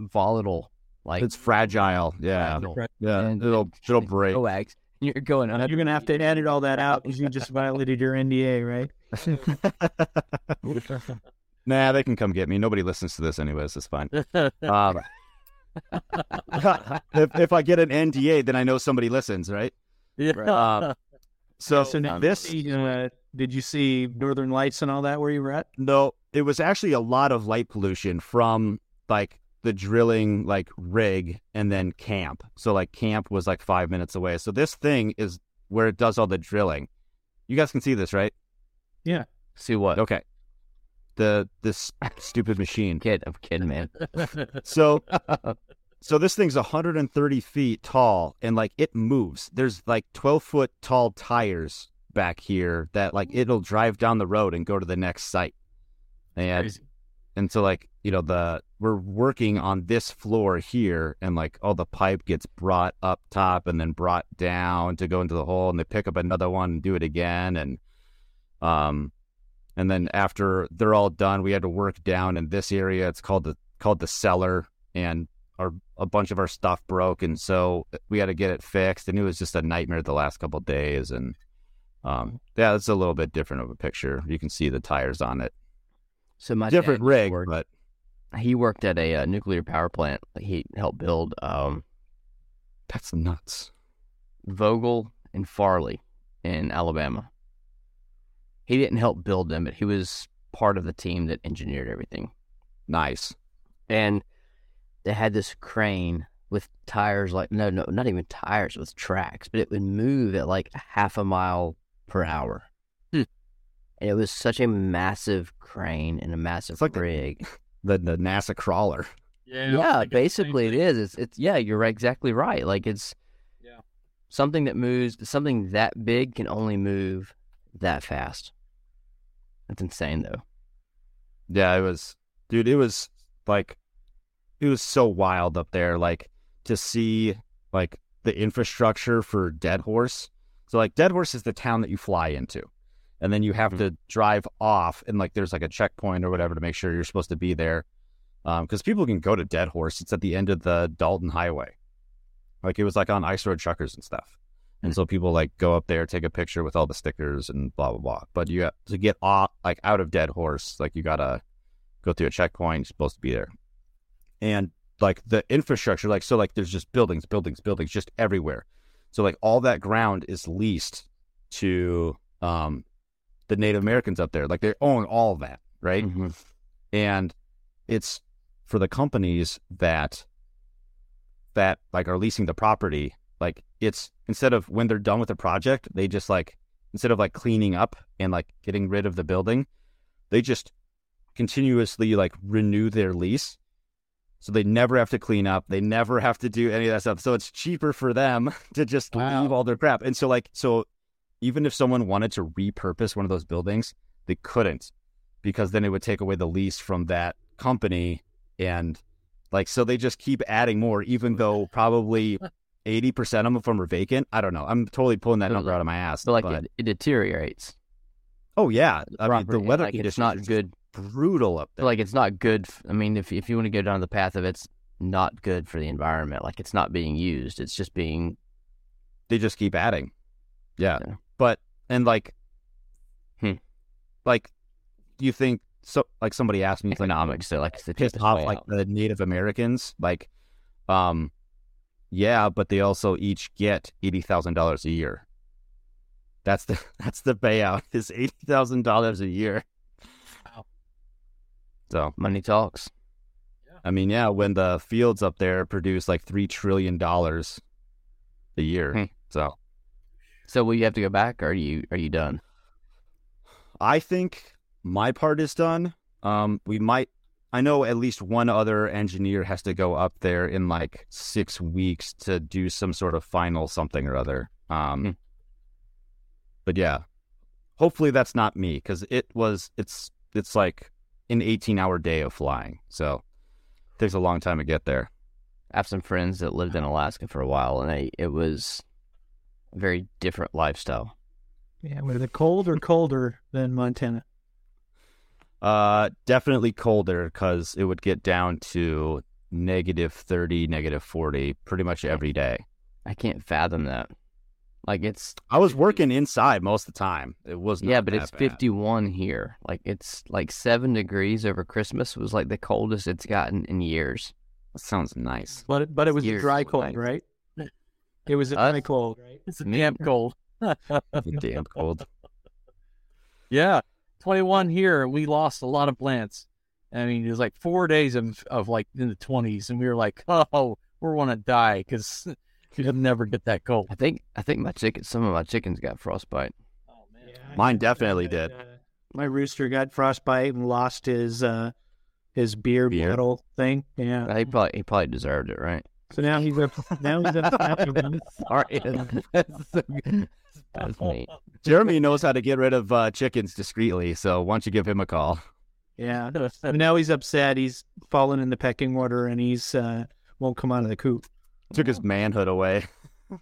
S2: volatile. Like
S1: it's fragile. Yeah.
S2: fragile.
S1: Yeah,
S2: And- Oh.
S1: it'll it'll break.
S2: coax, you're going.
S5: You're going to have to edit all that out because you just violated your NDA, right?
S1: Nah, they can come get me. Nobody listens to this anyways. It's fine. Um, if if I get an NDA, then I know somebody listens, right?
S3: yeah.
S1: Um, so,
S5: So now
S1: this
S5: uh, did you see Northern Lights and all that where you were at?
S1: no, it was actually a lot of light pollution from like the drilling like rig and then camp. So like camp was like five minutes away. So this thing is where it does all the drilling. You guys can see this, right?
S2: See what?
S1: Okay. The this stupid machine.
S2: Kid, I'm kidding, man.
S1: So, so this thing's 130 feet tall, and like it moves. There's like 12 foot tall tires back here that like it'll drive down the road and go to the next site. And
S3: Crazy.
S1: and so like you know the we're working on this floor here, and like all the pipe gets brought up top and then brought down to go into the hole, and they pick up another one and do it again, and um. And then after they're all done, we had to work down in this area. It's called the called the cellar and our a bunch of our stuff broke and so we had to get it fixed and it was just a nightmare the last couple days and um yeah it's a little bit different of a picture you can see the tires on it
S2: So my
S1: different
S2: dad
S1: rig
S2: worked-
S1: but
S2: he worked at a uh, nuclear power plant. He helped build um,
S1: that's nuts
S2: Vogel and Farley in Alabama. He didn't help build them, but he was part of the team that engineered everything.
S1: nice
S2: And they had this crane with tires like no, no, not even tires with tracks, but it would move at like a half a mile per hour.
S3: Hmm.
S2: and it was such a massive crane and a massive
S1: It's like the-
S2: rig.
S1: The the NASA crawler.
S3: Yeah,
S2: yeah, basically it is. It's it's yeah, you're right- exactly right. Like it's
S3: Yeah.
S2: something that moves something that big can only move that fast. That's insane though.
S1: Yeah, it was, dude. It was like, it was so wild up there. Like to see like the infrastructure for Dead Horse. So like Dead Horse is the town that you fly into, and then you have to drive off, and like there's like a checkpoint or whatever to make sure you're supposed to be there, because um, people can go to Dead Horse. It's at the end of the Dalton Highway. Like it was like on ice road truckers and stuff. And so people like go up there, take a picture with all the stickers and blah blah blah. But you have to get off like out of Dead Horse, like you gotta go through a checkpoint, you're supposed to be there. And like the infrastructure, like so like there's just buildings, buildings, buildings just everywhere. So like all that ground is leased to um the Native Americans up there. Like they own all of that, right? and it's for the companies that that like are leasing the property like it's instead of when they're done with the project they just like instead of like cleaning up and like getting rid of the building they just continuously like renew their lease so they never have to clean up they never have to do any of that stuff so it's cheaper for them to just
S3: Wow.
S1: leave all their crap and so like so even if someone wanted to repurpose one of those buildings they couldn't because then it would take away the lease from that company and like so they just keep adding more even though probably 80% of them are vacant i don't know i'm totally pulling that
S2: So,
S1: number out of my ass
S2: So like
S1: but-
S2: it, it deteriorates.
S1: oh yeah i mean the
S2: property.
S1: weather
S2: like,
S1: conditions
S2: it's
S1: are
S2: not
S1: just
S2: good.
S1: brutal up there
S2: Like it's not good. f- I mean, if if you want to go down the path of it's not good for the environment, like it's not being used. It's just being
S1: they just keep adding. Yeah.
S2: Yeah.
S1: But and like
S2: Hmm.
S1: like you think so like somebody asked me like,
S2: economics. So like it's the
S1: pissed
S2: cheapest
S1: off
S2: way
S1: like
S2: out.
S1: the Native Americans, like um yeah, but they also each get eighty thousand dollars a year. That's the that's the payout is eighty thousand dollars a year.
S3: Wow.
S1: So
S2: money talks.
S1: I mean, yeah, when the fields up there produce like three trillion dollars a year.
S2: Hmm.
S1: So
S2: So will you have to go back, or are you are you done?
S1: I think my part is done. Um, we might. I know at least one other engineer has to go up there in like six weeks to do some sort of final something or other. Um,
S2: Hmm.
S1: but yeah, hopefully that's not me because it was. It's it's like an eighteen-hour day of flying, so it takes a long time to get there.
S2: I have some friends that lived in Alaska for a while, and they, it was a very different lifestyle.
S5: Yeah, whether they're cold or colder than Montana.
S1: Uh, definitely colder because it would get down to negative thirty, negative forty, pretty much every day.
S2: I can't fathom that. Like it's
S1: I was working inside most of the time. It was not
S2: yeah, but
S1: that
S2: it's
S1: bad.
S2: 51 here. Like it's like seven degrees over Christmas was like the coldest it's gotten in years.
S1: That sounds nice.
S5: But it, but it was a
S2: Years
S5: dry
S2: would
S5: cold,
S2: like-
S5: right? It was a
S2: Us?
S5: dry cold, right?
S3: It's a
S2: Me-
S3: damn cold.
S1: Damn cold.
S3: Yeah, 21 here, and we lost a lot of plants. I mean, it was like four days of, of like in the 20s, and we were like, oh, we're going to die because you'll never get that cold.
S2: I think I think my chicken some of my chickens got frostbite.
S3: Oh, man.
S1: Mine definitely did.
S5: My rooster got frostbite and lost his uh, his beer,
S1: Beer?
S5: bottle thing. Yeah.
S1: Mm-hmm.
S2: He probably he probably deserved it, right?
S5: So now he's up. Now he's up.
S2: Sorry, that's so good. That's me.
S1: Jeremy knows how to get rid of uh, chickens discreetly, so why don't you give him a call?
S5: Yeah. So now he's upset. He's fallen in the pecking order and he's uh, won't come out of the coop.
S1: Took his manhood away.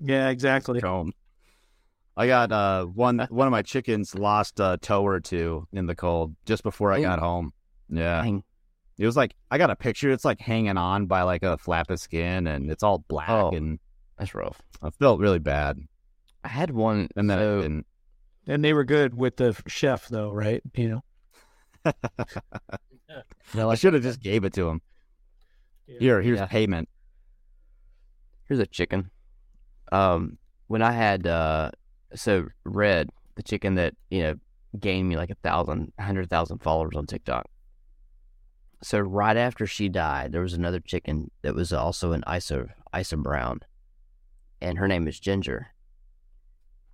S5: Yeah, exactly.
S1: Comb. I got uh, one. One of my chickens lost a toe or two in the cold just before I
S2: Ooh.
S1: got home. Yeah,
S2: Dang.
S1: it was like I got a picture. It's like hanging on by like a flap of skin, and it's all black,
S2: Oh.
S1: and
S2: That's rough.
S1: I felt really bad.
S2: I had one
S1: And then
S2: so-
S1: I didn't.
S5: And they were good with the chef, though, right? You know.
S2: no,
S1: I
S2: like,
S1: should have just gave it to him. Here, here's
S2: Yeah.
S1: payment.
S2: here's a chicken. Um, when I had uh, so Red, the chicken that you know gained me like a thousand, a hundred thousand followers on TikTok. So right after she died, there was another chicken that was also an ISO ISO brown, and her name is Ginger.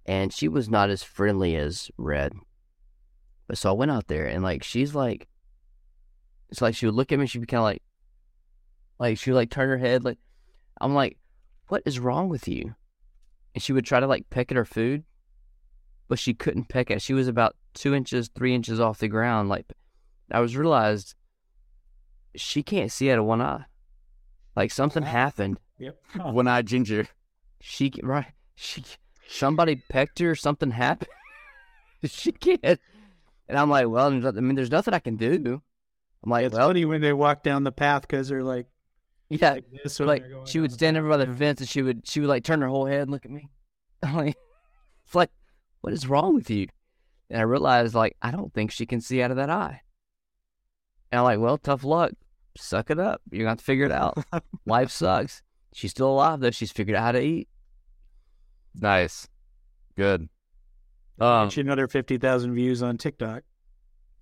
S2: And she was not as friendly as Red, But so I went out there and like she's like, it's like she would look at me. She'd be kind of like, like she would like turn her head. Like I'm like, what is wrong with you? And she would try to like peck at her food, but she couldn't peck at. it. She was about two inches, three inches off the ground. Like I was realized she can't see out of one eye. Like something happened.
S5: Yep.
S1: One eyed ginger.
S2: She ca- right. She somebody pecked her. Something happened. she can't. And I'm like, well, there's noth- I mean, there's nothing I can do. I'm like,
S5: it's
S2: well,
S5: funny when they walk down the path because they're like,
S2: yeah.
S5: like this
S2: So
S5: when
S2: like
S5: they're going
S2: she would
S5: down.
S2: stand over by the fence and she would she would like turn her whole head and look at me. I'm like, it's like, what is wrong with you? And I realized like I don't think she can see out of that eye. And I'm like, well, tough luck. Suck it up. You're gonna have to figure it out. Life sucks. She's still alive though. She's figured out how to eat.
S1: Nice. Good. Um,
S5: Get you another fifty thousand views on TikTok.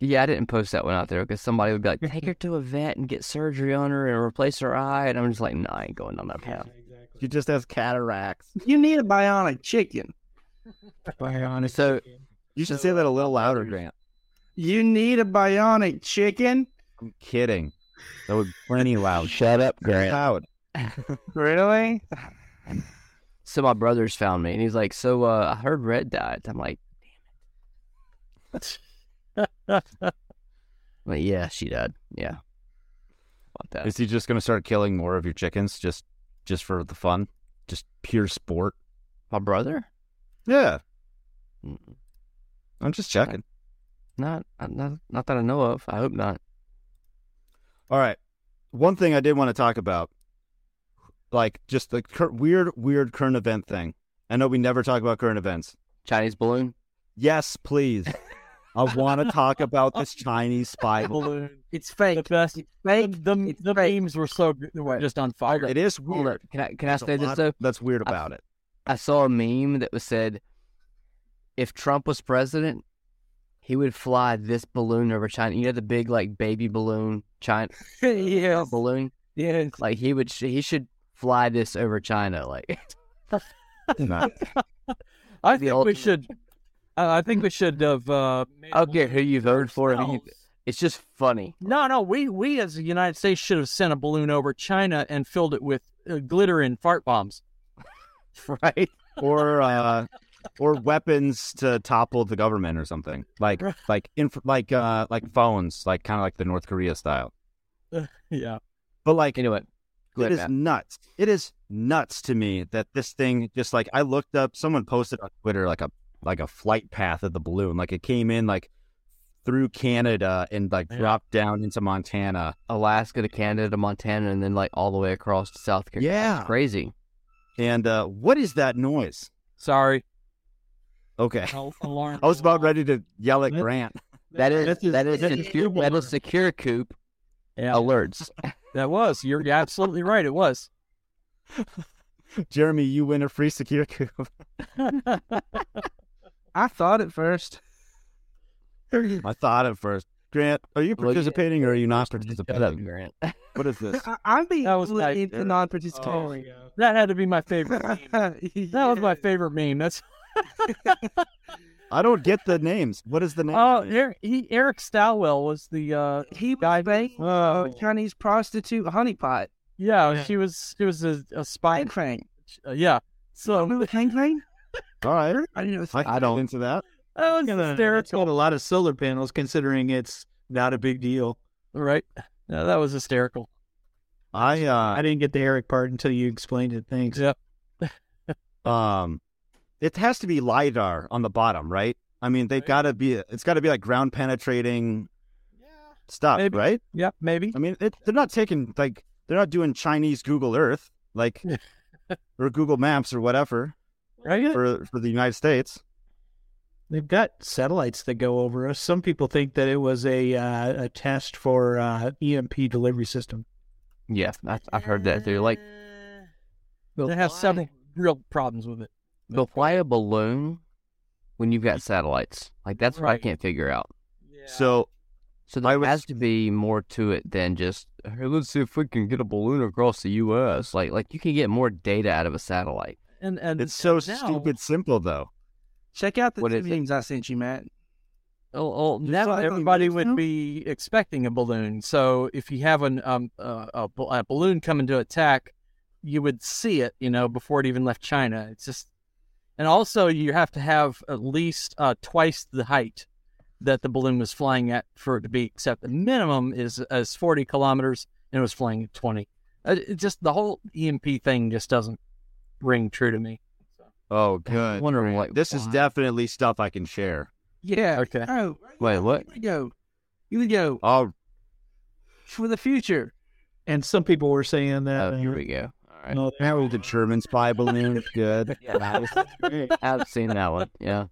S2: Yeah, I didn't post that one out there because somebody would be like, take her to a vet and get surgery on her and replace her eye. And I'm just like, no, I ain't going on that path.
S1: she just has cataracts.
S4: You need a bionic chicken.
S5: Bionic.
S1: So- You should say that a little louder, Grant.
S4: You need a bionic chicken.
S1: I'm kidding. That was plenty loud. Shut up, Grant. Loud.
S4: Really?
S2: So my brothers found me and he's like, so uh, I heard Red died. I'm like, I'm like, yeah, she died. Yeah. About that.
S1: Is he just gonna start killing more of your chickens just just for the fun? Just pure sport?
S2: My brother?
S1: Yeah.
S2: Mm,
S1: I'm just checking.
S2: Not, uh, not, not that I know of. I hope not.
S1: All right. One thing I did want to talk about, like just the cur- weird, weird current event thing. I know we never talk about current events.
S2: Chinese balloon?
S1: Yes, please. I want to talk about this Chinese spy balloon.
S3: balloon.
S4: It's
S3: The
S4: fake.
S3: best.
S4: It's
S3: The,
S4: fake.
S3: the,
S4: It's
S3: the
S4: fake.
S3: memes were so good. They were just on fire.
S1: It is
S2: Hold
S1: weird.
S2: up. Can I, can I
S1: There's a
S2: say this
S1: lot
S2: though?
S1: That's weird
S2: I-
S1: about it.
S2: I saw a meme that was said, if Trump was president, he would fly this balloon over China. You know the big like baby balloon, China
S4: yeah.
S2: balloon.
S4: Yeah.
S2: Like he would, he should fly this over China. Like
S1: Not-
S3: I
S2: the
S3: think we
S2: ultimate-
S3: should. Uh, I think we should have. Uh, made
S2: I don't care who you voted for. who you-
S3: ourselves.
S2: It's just funny.
S3: No, no, we we as the United States should have sent a balloon over China and filled it with uh, glitter and fart bombs.
S2: right?
S1: or uh, or weapons to topple the government or something like
S3: Right.
S1: like inf- like uh, like phones, like kind of like the North Korea style.
S3: Yeah,
S1: But like
S2: Anyway, go
S1: it
S2: ahead,
S1: is
S2: Matt.
S1: nuts. It is nuts to me that this thing just like I looked up. Someone posted on Twitter like a like a flight path of the balloon. Like it came in like through Canada and like
S3: Yeah.
S1: dropped down into Montana.
S2: Alaska to Canada to Montana, and then like all the way across to South Carolina.
S1: Yeah.
S2: It's crazy.
S1: And uh, what is that noise?
S3: sorry.
S1: Okay,
S3: Alarm.
S1: I was about ready to yell at
S5: That-
S1: Grant.
S2: That is
S5: This is-
S2: that is
S5: this is
S2: secure,
S5: Google
S2: that is secure coop
S3: Yeah,
S2: alerts.
S3: that was. You're absolutely right. It was.
S1: Jeremy, you win a free secure coup.
S4: I thought at first.
S1: I thought at first. Grant, are you
S2: Well, yeah.
S1: participating or are you not
S2: Shut up,
S1: participating?
S2: Grant.
S1: What is this?
S4: I, I'm being
S3: That was like-
S4: bullied into non-participation.
S3: That had to be my favorite. meme. That was my favorite meme. That's
S1: I don't get the names. What is the name?
S3: oh, Eric, he, Eric Stowell was the uh,
S4: He
S3: Guy-
S4: was banging
S5: Oh,
S4: a Chinese prostitute honeypot.
S3: yeah, She was she was a, a spy.
S4: Hang Crane.
S3: Uh, yeah, so
S4: Remember Hang Crane?
S1: All right.
S4: I didn't know. It
S1: I,
S4: was,
S1: can
S2: I don't-
S1: get into that.
S3: that was
S5: it's got
S3: hysterical,
S5: a lot of solar panels considering it's not a big deal.
S3: right? No, that was hysterical.
S1: I uh
S5: I didn't get the Eric part until you explained it. Thanks.
S3: Yeah.
S1: um it has to be lidar on the bottom right i mean they've
S3: Right.
S1: got to be it's got to be like ground penetrating stuff
S3: Maybe.
S1: right
S3: Yeah, maybe.
S1: i mean it, they're not taking like they're not doing chinese google earth like or google maps or whatever
S3: Right?
S1: for for the united states
S5: They've got satellites that go over us. Some people think that it was a uh, a test for uh, EMP delivery system.
S2: Yeah, I, I've heard that too. Like
S3: They have several real problems with it.
S2: They'll fly a balloon when you've got satellites. Like that's what I
S3: Right.
S2: can't figure out.
S1: so
S2: So there
S1: I was-
S2: has to be more to it than just hey, let's see if we can get a balloon across the U.S. Like, like you can get more data out of a satellite.
S3: And and
S1: it's so
S3: now-
S1: stupid simple though
S4: check out the
S2: What
S4: two
S2: is it?
S4: memes I sent you, Matt.
S2: Oh, oh,
S3: That's
S5: what
S3: what
S5: I thought
S3: everybody
S5: you
S3: would
S5: said.
S3: be expecting a balloon. So if you have an um uh, a, bal- a balloon coming to attack, you would see it, you know, before it even left China. It's just, and also you have to have at least uh, twice the height that the balloon was flying at for it to be. Except the minimum is is forty kilometers, and it was flying at twenty. Uh, It just the whole EMP thing just doesn't ring true to me.
S1: Oh,
S2: I
S1: good.
S2: wonder, like,
S1: This is
S2: why.
S1: definitely stuff I can share.
S4: Yeah.
S3: Okay.
S4: Oh,
S2: Wait, what?
S4: here we go. Here we go
S1: Oh,
S4: for the future.
S5: And some people were saying that. uh,
S2: Oh, here we go. All right.
S5: no,
S1: now the German spy balloon. Good,
S2: I've seen that one. Yeah.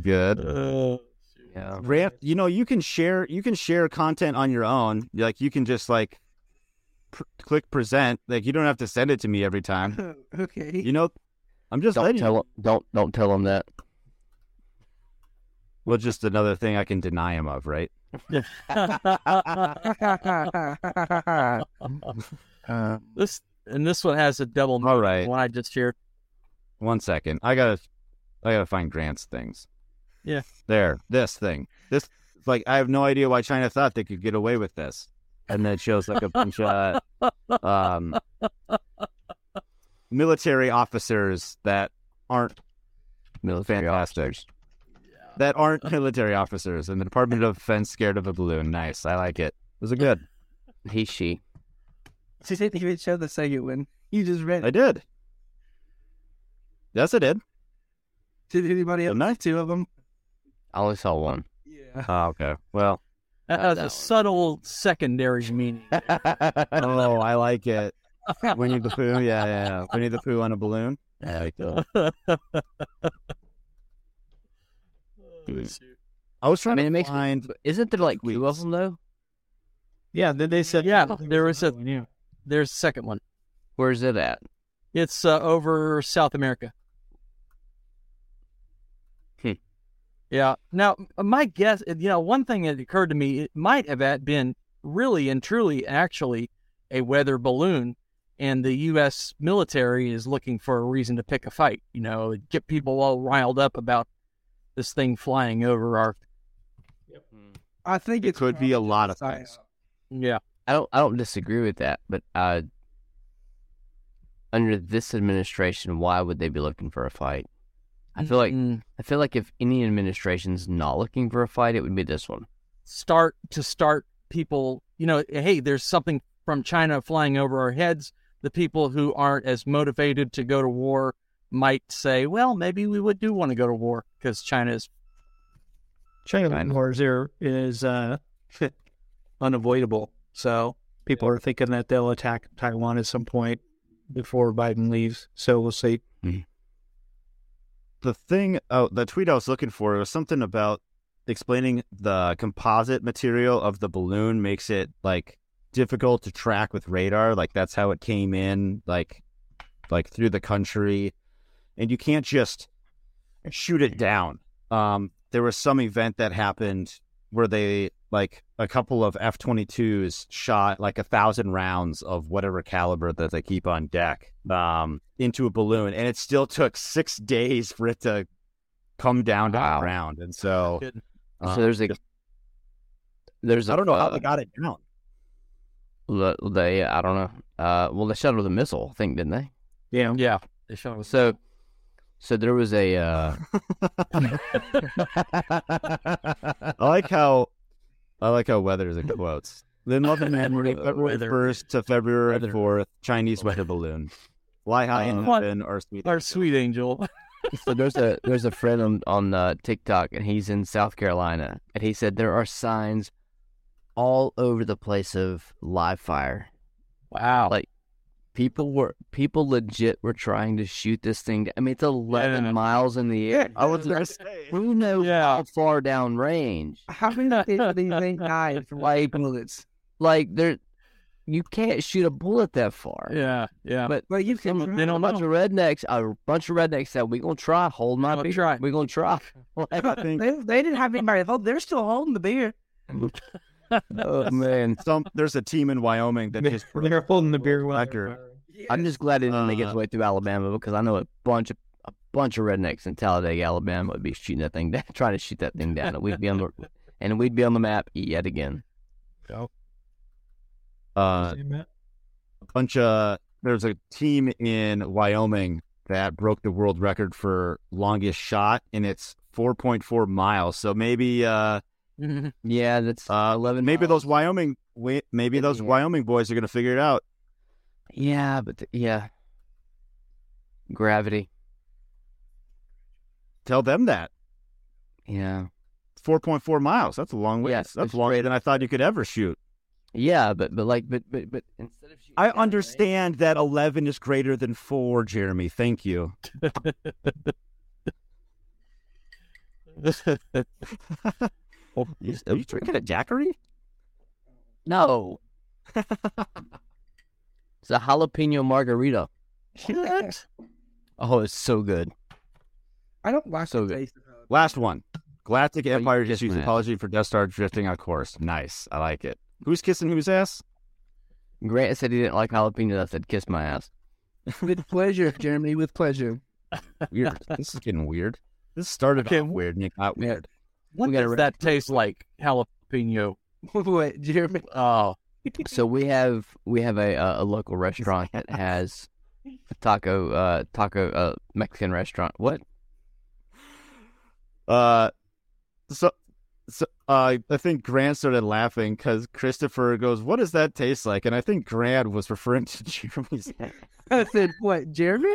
S1: good.
S3: Uh,
S2: Yeah.
S1: Grant, you know you can share you can share content on your own. Like you can just like pr- click present. Like you don't have to send it to me every time.
S4: Oh, okay.
S1: You know, I'm just
S2: Don't
S1: letting. you-
S2: tell 'em- don't don't tell them that.
S1: Well, just another thing I can deny him of, right?
S4: Uh,
S3: this and this one has a double
S1: All
S3: The
S1: right,
S3: one I just hear.
S1: one second. I gotta, I gotta find Grant's things.
S3: Yeah.
S1: There, this thing. This like I have no idea why China thought they could get away with this, and then it shows like a bunch of um, military officers that aren't
S2: Military
S1: fantastic.
S2: officers.
S1: That aren't military officers, and the Department of Defense scared of a balloon. Nice, I like it. Those are good.
S2: He she.
S4: she didn't even show the second one. You just read
S1: I
S4: it.
S1: did. Yes, I did.
S4: Did anybody else?
S1: Didn't I?
S4: Two of them.
S2: I only saw one.
S4: Yeah.
S1: Oh, okay. Well,
S3: That
S2: Uh,
S3: has
S2: that
S3: a
S2: one.
S3: subtle secondary meaning.
S1: oh, I like it. Winnie the Pooh, yeah, yeah, yeah. Winnie the Pooh on a balloon. I like that. I was trying
S2: I mean, it
S1: to
S2: makes me-
S1: find.
S2: Isn't there like two of
S1: Squeaks.
S2: them though?
S5: Yeah, then they said.
S3: Yeah, there was a-
S5: another one, yeah.
S3: There's a second one.
S2: Where's it at?
S3: It's uh, over South America.
S2: Hmm.
S3: Yeah. Now, my guess, you know, one thing that occurred to me, it might have had been really and truly actually a weather balloon, and the U.S. military is looking for a reason to pick a fight, you know, get people all riled up about this thing flying over our.
S4: I think
S1: It
S4: it's
S1: could be a
S4: probably
S1: lot of
S4: psyop.
S1: things.
S3: Yeah.
S2: I don't I don't disagree with that, but uh under this administration, why would they be looking for a fight? I feel like
S3: Mm.
S2: I feel like if any administration's not looking for a fight, it would be this one.
S3: start to start people you know hey there's something from china flying over our heads the people who aren't as motivated to go to war might say well maybe we would do want to go to war because china is
S5: China
S1: China.
S5: wars there is uh, unavoidable. So people are thinking that they'll attack Taiwan at some point before Biden leaves. So we'll see.
S1: the thing oh the tweet i was looking for was something about explaining the composite material of the balloon makes it like difficult to track with radar like that's how it came in like like through the country and you can't just shoot it down um there was some event that happened where they like a couple of f-22s shot like a thousand rounds of whatever caliber that they keep on deck um, into a balloon and it still took six days for it to come down to
S2: Wow.
S1: the ground and so
S3: Good.
S1: uh,
S2: so there's a there's
S1: i don't know how
S2: uh,
S1: they got it down
S2: the, they I don't know. Uh, well, they shot it with a missile, I think, didn't they?
S5: Yeah.
S3: yeah they show us
S2: So, so there was a uh,
S1: i like how i like how weather is in quotes then love and man were february
S3: Weather.
S1: 1st to february
S2: Weather.
S1: 4th chinese weather balloon fly high in
S2: Um,
S1: heaven or sweet
S3: our sweet angel
S2: so there's a there's a friend on on uh, TikTok, and he's in South Carolina, and he said there are signs all over the place of live fire.
S3: wow
S2: Like, People were people legit were trying to shoot this thing. I mean, it's eleven
S3: Yeah.
S2: miles in the air. I was like, we know
S3: Yeah.
S2: how far down range.
S4: How many people do you think died from
S2: Like-
S4: bullets?
S2: Like there, you can't shoot a bullet that far.
S3: yeah yeah
S2: But
S4: But you
S2: Some-
S4: can.
S3: they
S2: a
S3: don't
S2: bunch
S3: know
S2: of rednecks, a bunch of rednecks said, "We gonna try, hold my
S3: Gonna
S2: beer.
S3: try."
S2: We gonna try."
S1: I think
S4: They, they didn't have anybody. to hold. They're still holding the beer.
S2: oh man,
S1: some there's a team in Wyoming that just
S5: They're holding the beer well.
S1: Record.
S2: I'm just glad it didn't make its
S1: Uh,
S2: way through Alabama because I know a bunch of a bunch of rednecks in Talladega, Alabama would be shooting that thing down, trying to shoot that thing down, and we'd be on the and we'd be on the map yet again.
S1: Uh, bunch of there's a team in Wyoming that broke the world record for longest shot, and it's 4.4 miles. So maybe uh,
S2: Yeah, that's
S1: uh,
S2: eleven.
S1: maybe
S2: miles.
S1: those Wyoming wi- maybe those Wyoming boys are gonna figure it out.
S2: Yeah, but th- yeah, gravity.
S1: Tell them that
S2: Yeah,
S1: 4.4 miles. That's a long way.
S2: Yeah,
S1: that's
S2: it's
S1: longer
S2: great.
S1: than I thought you could ever shoot.
S2: yeah, but but like but but but instead of shooting
S1: I
S2: down, right?
S1: understand that 11 is greater than four, Jeremy. Thank you. You- Are you drinking a Jackery?
S2: No, it's a jalapeno margarita.
S3: What?
S2: Oh, it's so good.
S4: I don't like
S2: So
S4: the
S2: good.
S4: taste of it.
S1: Last one. Galactic
S2: you
S1: Empire
S2: kissed
S1: issues
S2: my ass.
S1: apology for Death Star drifting on course. Nice. I like it. Who's kissing whose ass?
S2: Grant said he didn't like jalapeno. I said, "Kiss my ass."
S4: With pleasure, Jeremy. With pleasure.
S1: Weird. this is getting weird. This started
S3: Okay,
S1: off
S3: wh-
S1: weird and it got
S2: Yeah.
S1: weird.
S3: What
S2: gotta
S3: does
S2: wrap
S3: that taste like? Jalapeno.
S4: What, Jeremy?
S3: Oh,
S2: So we have we have a uh, a local restaurant that has a taco uh taco uh Mexican restaurant. What?
S1: Uh, so, so uh, I think Grant started laughing because Christopher goes, "What does that taste like?" And I think Grant was referring to Jeremy's.
S4: I said, what, Jeremy?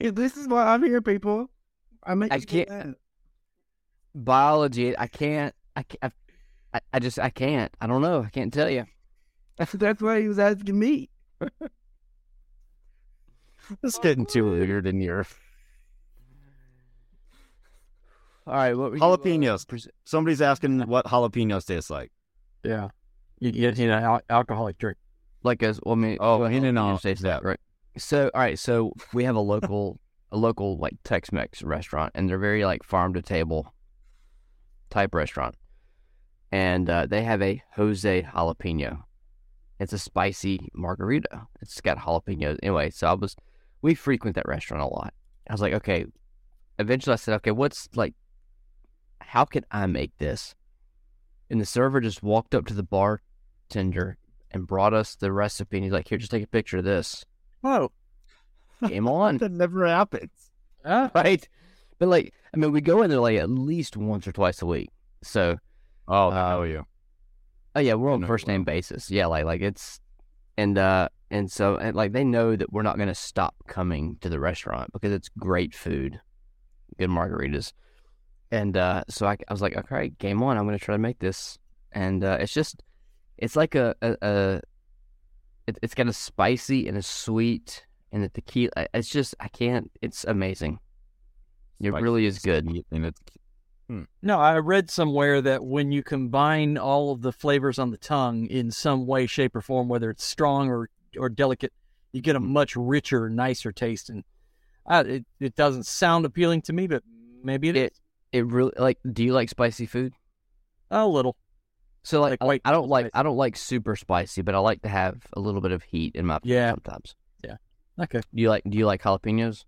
S4: this is why I'm here, people. I make
S2: I
S4: you do
S2: can't-
S4: that.
S2: Biology. I can't. I can't. I, I just I can't. I don't know. I can't tell you.
S4: That's why he was asking me.
S1: This is getting too weird in here.
S2: All right. What were you, uh,
S1: Jalapenos.
S2: pres-
S1: Somebody's asking what jalapenos taste like.
S3: yeah. You get you know al- alcoholic drink.
S2: like as well, I mean,
S1: Oh,
S2: well,
S1: in and
S2: jalapeno
S1: out,
S2: states,
S1: yeah.
S2: right. So all right. So we have a local a local like Tex Mex restaurant, and they're very like farm to table type restaurant, and uh, they have a Jose jalapeno. It's a spicy margarita. It's got jalapenos. Anyway, so I was we frequent that restaurant a lot. I was like, okay. Eventually, I said, okay, what's like, how can I make this? And the server just walked up to the bartender and brought us the recipe. And he's like, here, just take a picture of this.
S3: Oh,
S2: Game on.
S1: That never happens.
S3: ah,
S2: right? But like, I mean, we go in there like at least once or twice a week. So,
S1: Oh,
S2: Uh,
S1: how are you?
S2: oh yeah, we're
S1: I
S2: on
S1: know you
S2: first
S1: well.
S2: name basis. Yeah, like like it's, and uh, and so and like they know that we're not gonna stop coming to the restaurant because it's great food, good margaritas, and uh, so I, I was like, okay, game on. I'm gonna try to make this, and uh, it's just, it's like a a, a it, it's got a spicy and a sweet and the tequila. It's just I can't. It's amazing. It
S1: Spicy
S2: really is good.
S1: And it's
S3: no, I read somewhere that when you combine all of the flavors on the tongue in some way, shape, or form, whether it's strong or or delicate, you get a much richer, nicer taste. And I, it it doesn't sound appealing to me, but maybe it is.
S2: It- It really like. Do you like spicy food?
S3: a little.
S2: So like,
S3: Like
S2: I-
S3: white
S2: I don't like
S3: spicy.
S2: I don't like super spicy, but I like to have a little bit of heat in my food
S3: Yeah.
S2: sometimes.
S3: Okay.
S2: Do you like Do you like jalapenos?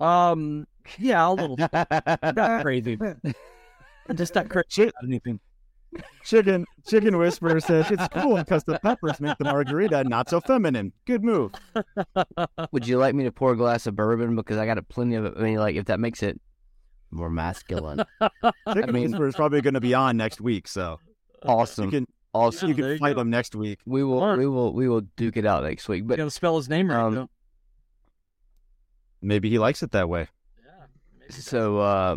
S3: Um. Yeah, a little. not crazy. Just not crazy
S1: Shit.
S3: about anything.
S1: Chicken Chicken Whisperer says it's cool because the peppers make the margarita not so feminine. Good move.
S2: Would you like me to pour a glass of bourbon because I got a plenty of it? I mean, like if that makes it more masculine,
S1: Chicken
S2: mean-
S1: Whisperer is probably going to be on next week, so you
S2: awesome,
S1: can
S2: awesome.
S1: you
S3: there
S1: can
S3: you
S1: fight
S3: go.
S1: him next week.
S2: We will
S3: Alright.
S2: we will we will duke it out next week.
S3: You
S2: But
S3: gotta spell his name right
S2: Um,
S3: though.
S1: Maybe he likes it that way.
S2: so uh,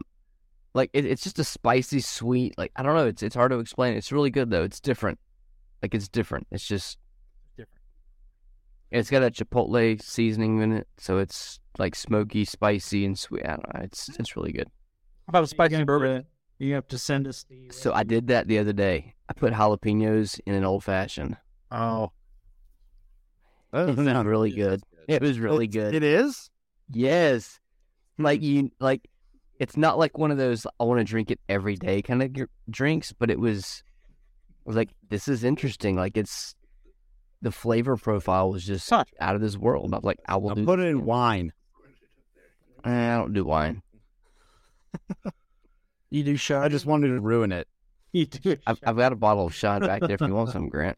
S2: like it, it's just a spicy sweet. Like I don't know. It's it's hard to explain. It's really good though. It's different. Like it's different. It's just
S3: Different.
S2: It's got that chipotle seasoning in it, so it's like smoky, spicy, and sweet. I don't know. It's it's really good.
S3: How about a spicy
S5: you
S3: bourbon?
S5: Have to, you have to send us the.
S2: So I did that the other day. I put jalapenos in an old fashioned.
S3: Oh,
S1: That
S2: It
S1: doesn't
S2: was
S1: sound-
S2: really good. It was really good.
S1: It is.
S2: Yes,
S4: Hmm.
S2: like you like. It's not like one of those I want to drink it every day kind of drinks, but it was. I was like, this is interesting. Like it's the flavor profile was just
S5: Huh.
S2: out of this world. I was like, I will
S1: Now
S2: do.
S1: put it in wine.
S2: Eh, I don't do wine.
S4: You do show.
S1: I just wanted to ruin it.
S5: You do.
S2: I've, I've got a bottle of shot back there if you want some, Grant.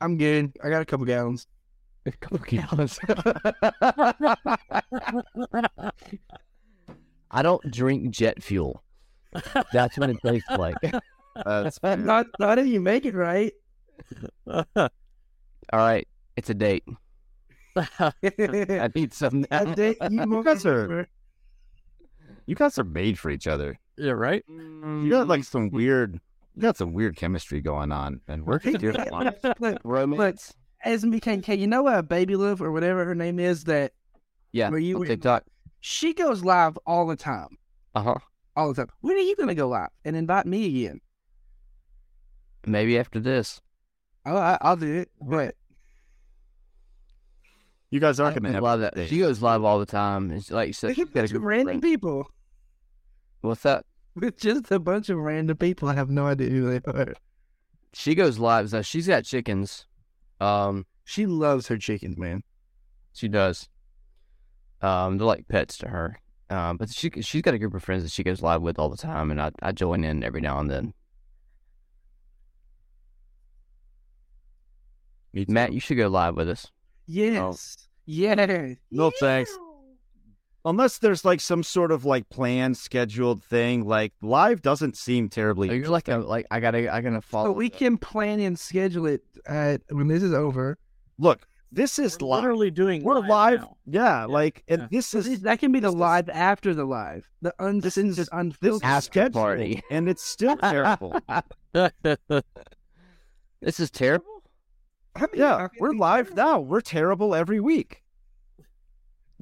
S4: I'm good. I got a couple gallons. A couple gallons.
S2: I don't drink jet fuel. That's what it tastes like.
S1: That's
S4: not not if you make it right.
S2: All right, it's a date.
S4: I
S2: I need some. now.
S4: think you
S1: You guys are- you guys are made for each other.
S3: yeah, right.
S1: You got like some weird, you got some weird chemistry going on, and we're different.
S4: Look, look,
S2: romance.
S4: as MKK, you know uh, Baby Love or whatever her name is that
S2: Yeah,
S4: were you
S2: on
S4: in-
S2: TikTok.
S4: she goes live all the time,
S2: Uh huh.
S4: all the time. When are you gonna go live and invite me again?
S2: Maybe after this.
S4: Oh, I, I'll do it. But
S1: You guys
S2: I
S1: are gonna have
S2: love that. She goes live all the time. It's like so,
S4: it's
S2: she's
S4: a
S2: got a
S4: bunch of
S2: group of
S4: random
S2: friends.
S4: people.
S2: What's that?
S4: It's just a bunch of random people. I have no idea who they are.
S2: She goes live. So she's got chickens. Um,
S4: She loves her chickens, man.
S2: she does. Um, they're like pets to her. Um, but she she's got a group of friends that she goes live with all the time, and I, I join in every now and then. Matt, you should go live with us.
S4: Yes. Yeah.
S1: Oh. No thanks. Unless there's like some sort of like planned scheduled thing, like live doesn't seem terribly.
S2: Oh, You're like a, like I gotta I gotta follow.
S4: So we can plan and schedule it uh, when this is over.
S1: Look, this is
S3: We're
S1: live.
S3: literally doing.
S1: We're
S3: live
S1: live.
S3: now.
S1: Yeah,
S3: Yeah,
S1: like, and
S3: yeah.
S1: this
S4: So
S1: is
S4: this, that can be the
S1: this is-
S4: live after the live. The un-
S1: This is-
S4: just
S1: this
S4: unfiltered.
S1: is
S2: After
S1: scheduled,
S2: party.
S1: and it's still terrible.
S2: this is terrible.
S4: I mean,
S1: yeah,
S4: I
S1: we're
S4: mean,
S1: live now. We're terrible every week.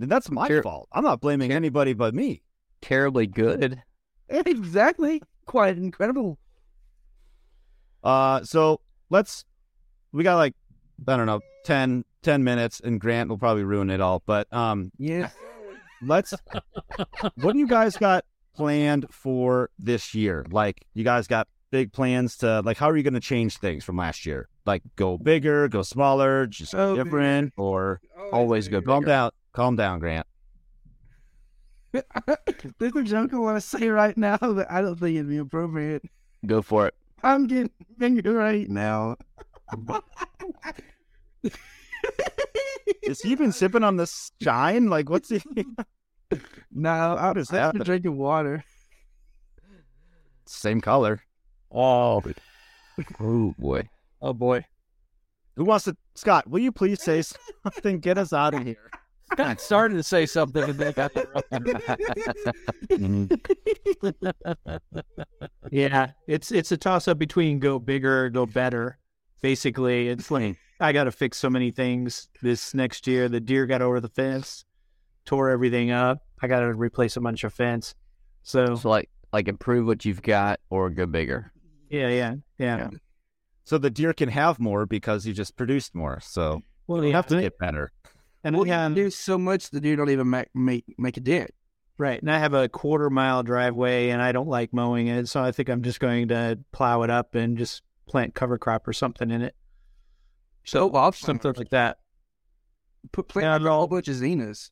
S1: And that's my
S2: Ter-
S1: fault. I'm not blaming anybody but me.
S2: Terribly good.
S4: Exactly. Quite incredible.
S1: Uh, so let's. We got like I don't know 10, 10 minutes, and Grant will probably ruin it all. But um,
S4: Yeah.
S1: let's. what do you guys got planned for this year? Like, you guys got big plans to like? How are you going to change things from last year? Like, go bigger, go smaller, just
S4: Go big.
S1: different, or
S4: Oh,
S2: Always go
S1: calm
S2: bigger.
S1: down, calm down, Grant.
S4: There's a joke I want to say right now that I don't think it'd be appropriate.
S2: Go for it.
S4: I'm getting finger right now.
S1: Is he even sipping on this shine? Like, what's he?
S4: no, I'm
S1: is
S4: just after
S1: happening?
S4: drinking water.
S1: Same color.
S3: oh,
S2: Oh boy.
S3: oh boy.
S1: Who wants to? Scott, will you please say something? Get us out of here.
S3: Scott started to say something, and then got interrupted.
S5: yeah, it's it's a toss up between go bigger, go better. Basically, it's like I got to fix so many things this next year. The deer got over the fence, tore everything up. I got to replace a bunch of fence. So
S2: So like like improve what you've got or go bigger.
S5: yeah, yeah, yeah.
S2: Yeah.
S1: So the deer can have more because he just produced more. So
S5: Well,
S1: you
S5: yeah,
S1: have to get better.
S5: and
S4: Well,
S5: we have
S4: do so much the dude don't even make make, make a dent.
S5: Right. And I have a quarter mile driveway and I don't like mowing it. So I think I'm just going to plow it up and just plant cover crop or something in it.
S4: So off
S5: Something like that.
S4: put
S5: Yeah,
S4: plant
S5: no.
S4: a bunch of zenas.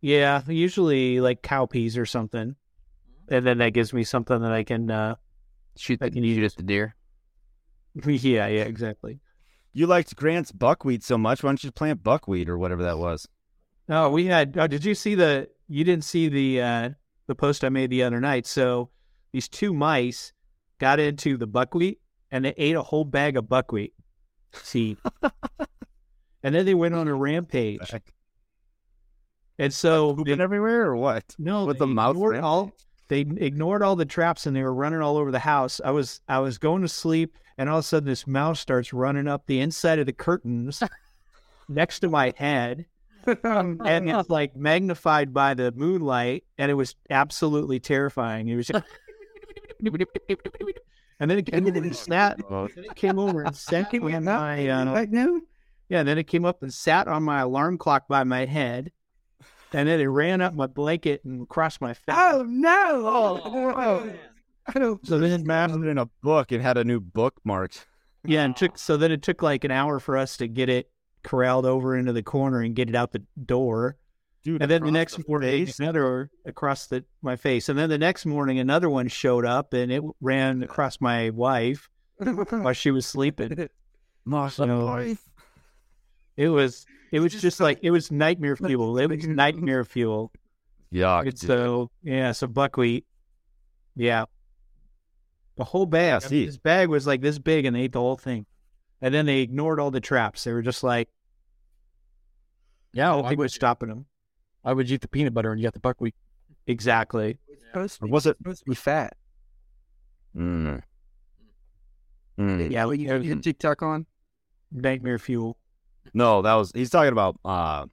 S5: Yeah. Usually like cowpeas or something. And then that gives me something that I can, uh,
S2: Shoot
S5: I
S2: the
S5: can
S2: shoot at the deer.
S5: yeah, yeah, exactly.
S1: You liked Grant's buckwheat so much. Why don't you plant buckwheat or whatever that was?
S5: No, we had, oh, did you see the, you didn't see the, uh, the post I made the other night. So these two mice got into the buckwheat and they ate a whole bag of buckwheat seed. and then they went on a rampage. And so
S1: Pooping everywhere or what?
S5: No,
S1: With the
S5: they
S1: mouth
S5: ignored
S1: rampage?
S5: all they ignored all the traps and they were running all over the house. I was I was going to sleep and all of a sudden this mouse starts running up the inside of the curtains next to my head and it's like magnified by the moonlight and it was absolutely terrifying. It was just and then it came over and sat then it came over and sat
S4: Can we
S5: on
S4: not
S5: my uh,
S4: like no?
S5: yeah, then it came up and sat on my alarm clock by my head. And then it ran up my blanket and across my face.
S4: Oh no!
S3: Oh,
S4: I don't.
S1: So then Matt in a book and had a new book marked.
S5: Yeah, and took so then it took like an hour for us to get it corralled over into the corner and get it out the door.
S1: Dude,
S5: And then the
S1: across
S5: next morning,
S1: face.
S5: another across the my face, and then the next morning, another one showed up and it ran across my wife while she was sleeping. It was it was just like it was nightmare fuel. It was nightmare fuel.
S6: Yuck.
S5: It's
S6: dude.
S5: so yeah, so buckwheat. Yeah. The whole bag.
S1: I see.
S5: This bag was like this big and they ate the whole thing. And then they ignored all the traps. They were just like,
S3: Yeah,
S5: I don't
S3: why
S5: think we're
S3: would,
S5: stopping them.
S3: why would you eat the peanut butter and you got the buckwheat?
S5: Exactly. uh,
S1: Or was it?
S4: supposed to be fat?
S6: Mm. Mm.
S5: Yeah,
S4: What, you
S5: it
S4: you
S5: was
S4: hit TikTok on?
S5: nightmare fuel.
S1: No, that was he's talking about uh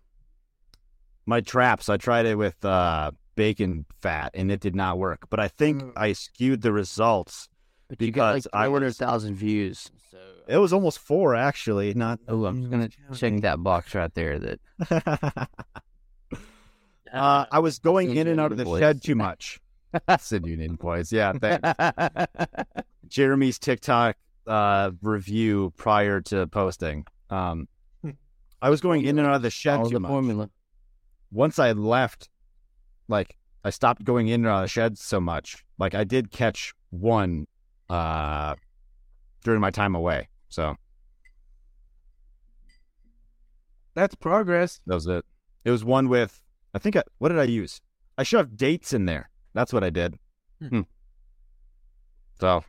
S1: my traps. I tried it with uh bacon fat and it did not work. But I think
S4: Mm.
S1: I skewed the results.
S2: But you got like
S1: Because I ordered-
S2: thousand views. So
S1: It was almost four actually, not
S2: oh, I'm just gonna
S1: Mm,
S2: check that box right there. That
S1: uh, I was going in and out of the shed too much. Send you an invoice. Yeah, thanks. Jeremy's TikTok uh, review prior to posting. Um, I was going in and out of the shed
S2: all
S1: too
S2: the
S1: much.
S2: formula.
S1: Once I left, like I stopped going in and out of the shed so much. Like I did catch one uh, during my time away. So
S4: That's progress.
S1: that was it. It was one with I think I, what did I use? I shoved dates in there. That's what I did.
S3: Hmm.
S1: Hmm. So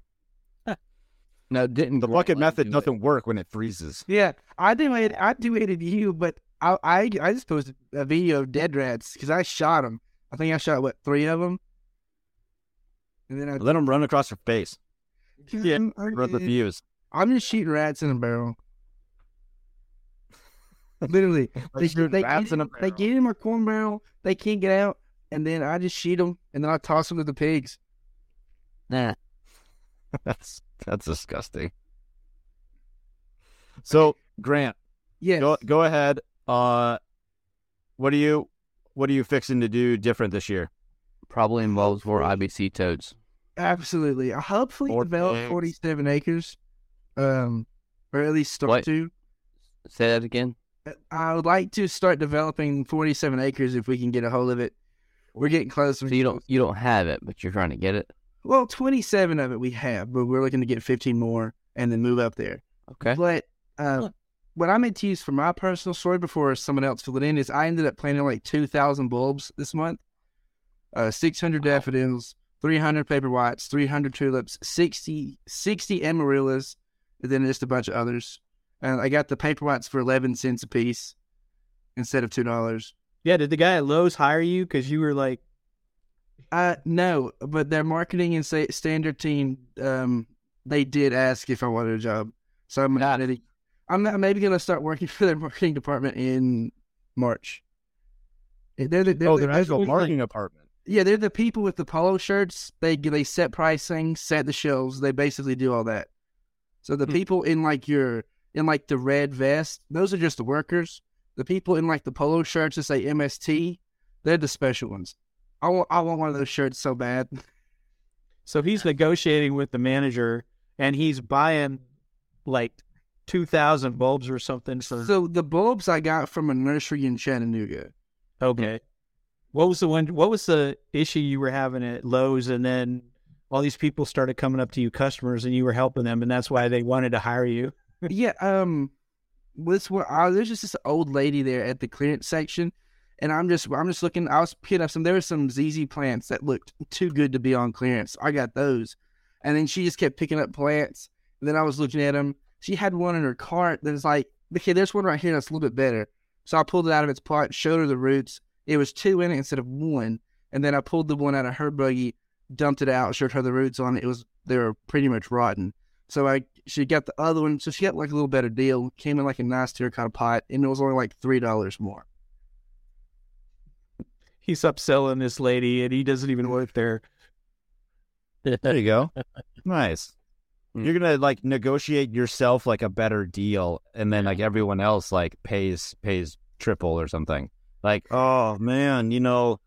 S2: No, didn't
S1: the
S2: Grant
S1: bucket
S2: let you
S1: method
S2: do
S1: doesn't work when it freezes.
S4: Yeah, I do it. I do it at you, but I I, I just posted a video of dead rats because I shot them. I think I shot what three of them, and then I
S1: Let them run across your face.
S5: Yeah,
S1: Run the
S4: I'm,
S1: views.
S4: I'm just shooting rats in a barrel. Literally, they,
S1: shooting
S4: they,
S1: rats
S4: get,
S1: in a
S4: they
S1: barrel.
S4: get in my corn barrel. They can't get out, and then I just shoot them, and then I toss them to the pigs.
S2: Nah,
S1: That's that's disgusting. So Grant,
S4: Yes.
S1: go go ahead. Uh, what are you what are you fixing to do different this year?
S2: probably involves more IBC toads.
S4: Absolutely. I hopefully
S1: Or
S4: develop
S1: pigs.
S4: 47 acres, um, or at least start
S2: What?
S4: to.
S2: Say that again.
S4: I would like to start developing 47 acres if we can get a hold of it. We're getting close.
S2: So you don't you don't have it, but you're trying to get it.
S4: Well, 27 of it we have, but we're looking to get 15 more and then move up there.
S2: Okay.
S4: But uh, what I meant to use for my personal story before someone else filled it in is I ended up planting like 2,000 bulbs this month, uh, 600 daffodils, 300 paper whites, 300 tulips, 60, 60 amaryllis, and then just a bunch of others. And I got the paper whites for 11 cents a piece instead of $2.
S5: Yeah, did the guy at Lowe's hire you because you were like,
S4: Uh, no, but their marketing and sa- standard team, um, they did ask if I wanted a job. So I'm
S2: Got
S4: maybe, I'm not, maybe gonna start working for their marketing department in March. Eh, They're the, they're
S1: Oh,
S4: the-
S1: the actual
S5: actually-
S1: marketing apartment.
S4: yeah, they're the people with the polo shirts. They they set pricing, set the shelves. They basically do all that. So the
S5: Hmm.
S4: people in like your in like the red vest, those are just the workers. The people in like the polo shirts that say MST, they're the special ones. I want I want one of those shirts so bad.
S5: so he's negotiating with the manager and he's buying like 2,000 bulbs or something. So,
S4: So the bulbs I got from a nursery in Chattanooga.
S5: okay. What was the one? What was the issue you were having at Lowe's? And then all these people started coming up to you, customers, and you were helping them, and that's why they wanted to hire you.
S4: yeah, um, this one I, there's just this old lady there at the clearance section, and I'm just I'm just looking. I was picking up some. There were some ZZ plants that looked too good to be on clearance. I got those, and then she just kept picking up plants. And then I was looking at them. She had one in her cart that was like, okay, there's one right here that's a little bit better. So I pulled it out of its pot, showed her the roots. It was two in it instead of one. And then I pulled the one out of her buggy, dumped it out, showed her the roots on it. It was they were pretty much rotten. So I she got the other one, so she got like a little better deal. Came in like a nice terracotta pot, and it was only like three dollars more.
S5: He's upselling this lady, and he doesn't even work there.
S1: There you go. nice.
S2: Mm.
S1: You're gonna like negotiate yourself like a better deal, and then like everyone else like pays pays triple or something. Like, oh man, you know,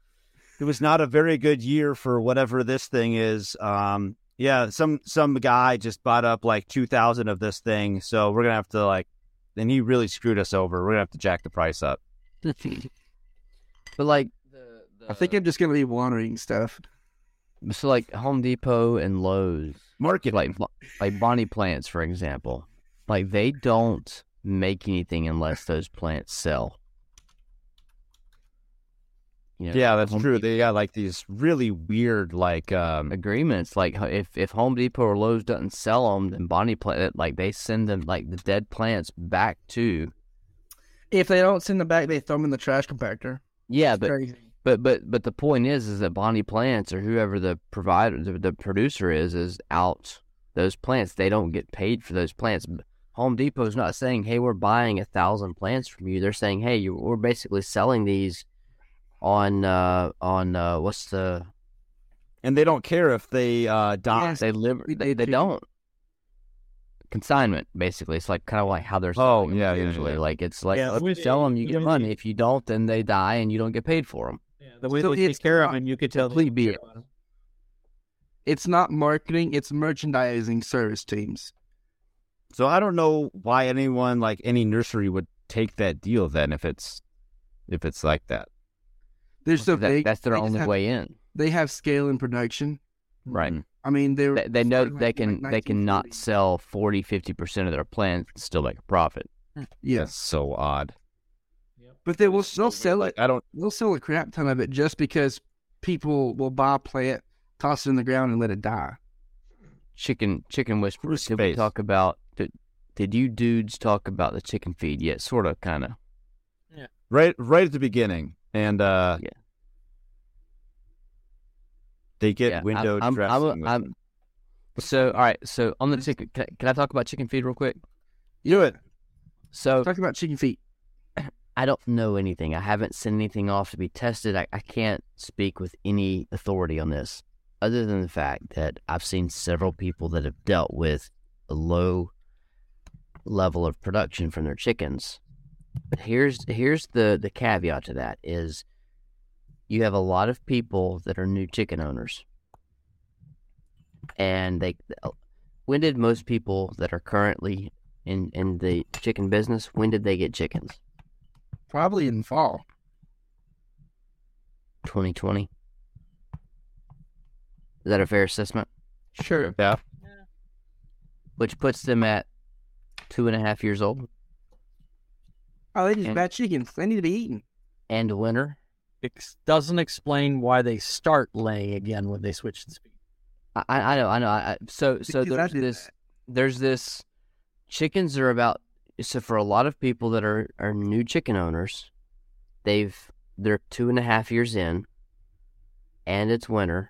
S1: it was not a very good year for whatever this thing is. Um, Yeah, some some guy just bought up like two thousand of this thing, so we're gonna have to like. And he really screwed us over. We're gonna have to jack the price up.
S2: But like the, the
S4: I think I'm just gonna be wandering stuff.
S2: so like Home Depot and Lowe's
S1: Market
S2: like blo- like Bonnie plants for example. Like they don't make anything unless those plants sell. You know,
S1: Yeah, that's
S2: Home
S1: true. They got like these really weird, like, um,
S2: agreements. Like ho- if if Home Depot or Lowe's doesn't sell them, then Bonnie Plant like they send them like the dead plants back to
S4: If they don't send them back, they throw them in the trash compactor.
S2: yeah,
S4: It's
S2: but
S4: crazy.
S2: but but but the point is is that Bonnie Plants or whoever the provider the, the producer is is out those plants. They don't get paid for those plants. B- Home Depot's not saying, "Hey, we're buying a thousand plants from you." They're saying, "Hey, you, we're basically selling these on uh on uh what's the
S1: and they don't care if they uh die.
S4: Yes.
S2: they live
S4: We
S2: they,
S4: did
S2: they
S4: too.
S2: don't consignment basically it's like kind of like how they're
S1: Oh,
S2: selling 'em
S1: yeah, yeah,
S2: usually
S1: yeah.
S2: like it's like
S5: Yeah,
S2: let's
S5: with-
S2: sell them you
S5: with
S2: get
S5: the-
S2: money if you don't then they die and you don't get paid for them
S5: Yeah, the way
S4: So
S5: they
S4: it's
S5: take care of
S4: not
S5: them, you could tell. they
S2: complete
S5: don't care
S2: BS.
S5: about 'em.
S4: It's not marketing; it's merchandising service teams.
S1: So I don't know why anyone, like any nursery, would take that deal then if it's if it's like that.
S4: They're so
S2: that,
S4: big.
S2: that's their
S4: they just
S2: only
S4: have-
S2: way in
S4: They have scale in production.
S2: right
S4: I mean, they're
S2: they, they know
S4: starting
S2: they
S4: like-
S2: can
S4: like
S2: they can not
S4: 1940s.
S2: sell 40 50 percent of their plants and still make a profit
S4: Yeah,
S1: That's so odd.
S4: but they will. They'll sell it.
S1: Like I don't.
S4: They'll sell a crap ton of it just because people will buy a plant, toss it in the ground, and let it die.
S2: chicken chicken whisperers did we
S1: face.
S2: talk about did, did you dudes talk about the chicken feed yet sort of kind of
S1: right right at the beginning and uh
S2: Yeah.
S1: they get
S2: Yeah, I'm-
S1: window
S2: I'm-
S1: dressing
S2: I'm a-
S1: with
S2: I'm-
S1: them.
S2: so all right so on the chicken can, I- can i talk about chicken feed real quick
S4: You know it.
S2: so
S4: Talk about chicken feet.
S2: I don't know anything. I haven't sent anything off to be tested. I, I can't speak with any authority on this, other than the fact that I've seen several people that have dealt with a low level of production from their chickens. But here's here's the, the caveat to that is you have a lot of people that are new chicken owners. And they uh, when did most people that are currently in, in the chicken business, when did they get chickens?
S4: Probably in fall.
S2: 2020. Is that a fair assessment?
S4: Sure.
S1: yeah
S2: Which puts them at two and a half years old
S4: Oh, they just
S2: And-
S4: bad chickens. They need to be eaten.
S2: and a winter.
S3: Ex- doesn't explain why they start laying again when they switch the speed.
S2: I, I I know, I know. I, I, so so
S4: Because I
S2: there's
S4: did
S2: this,
S4: that.
S2: there's this. Chickens are about. So for a lot of people that are are new chicken owners, they've they're two and a half years in, and it's winter.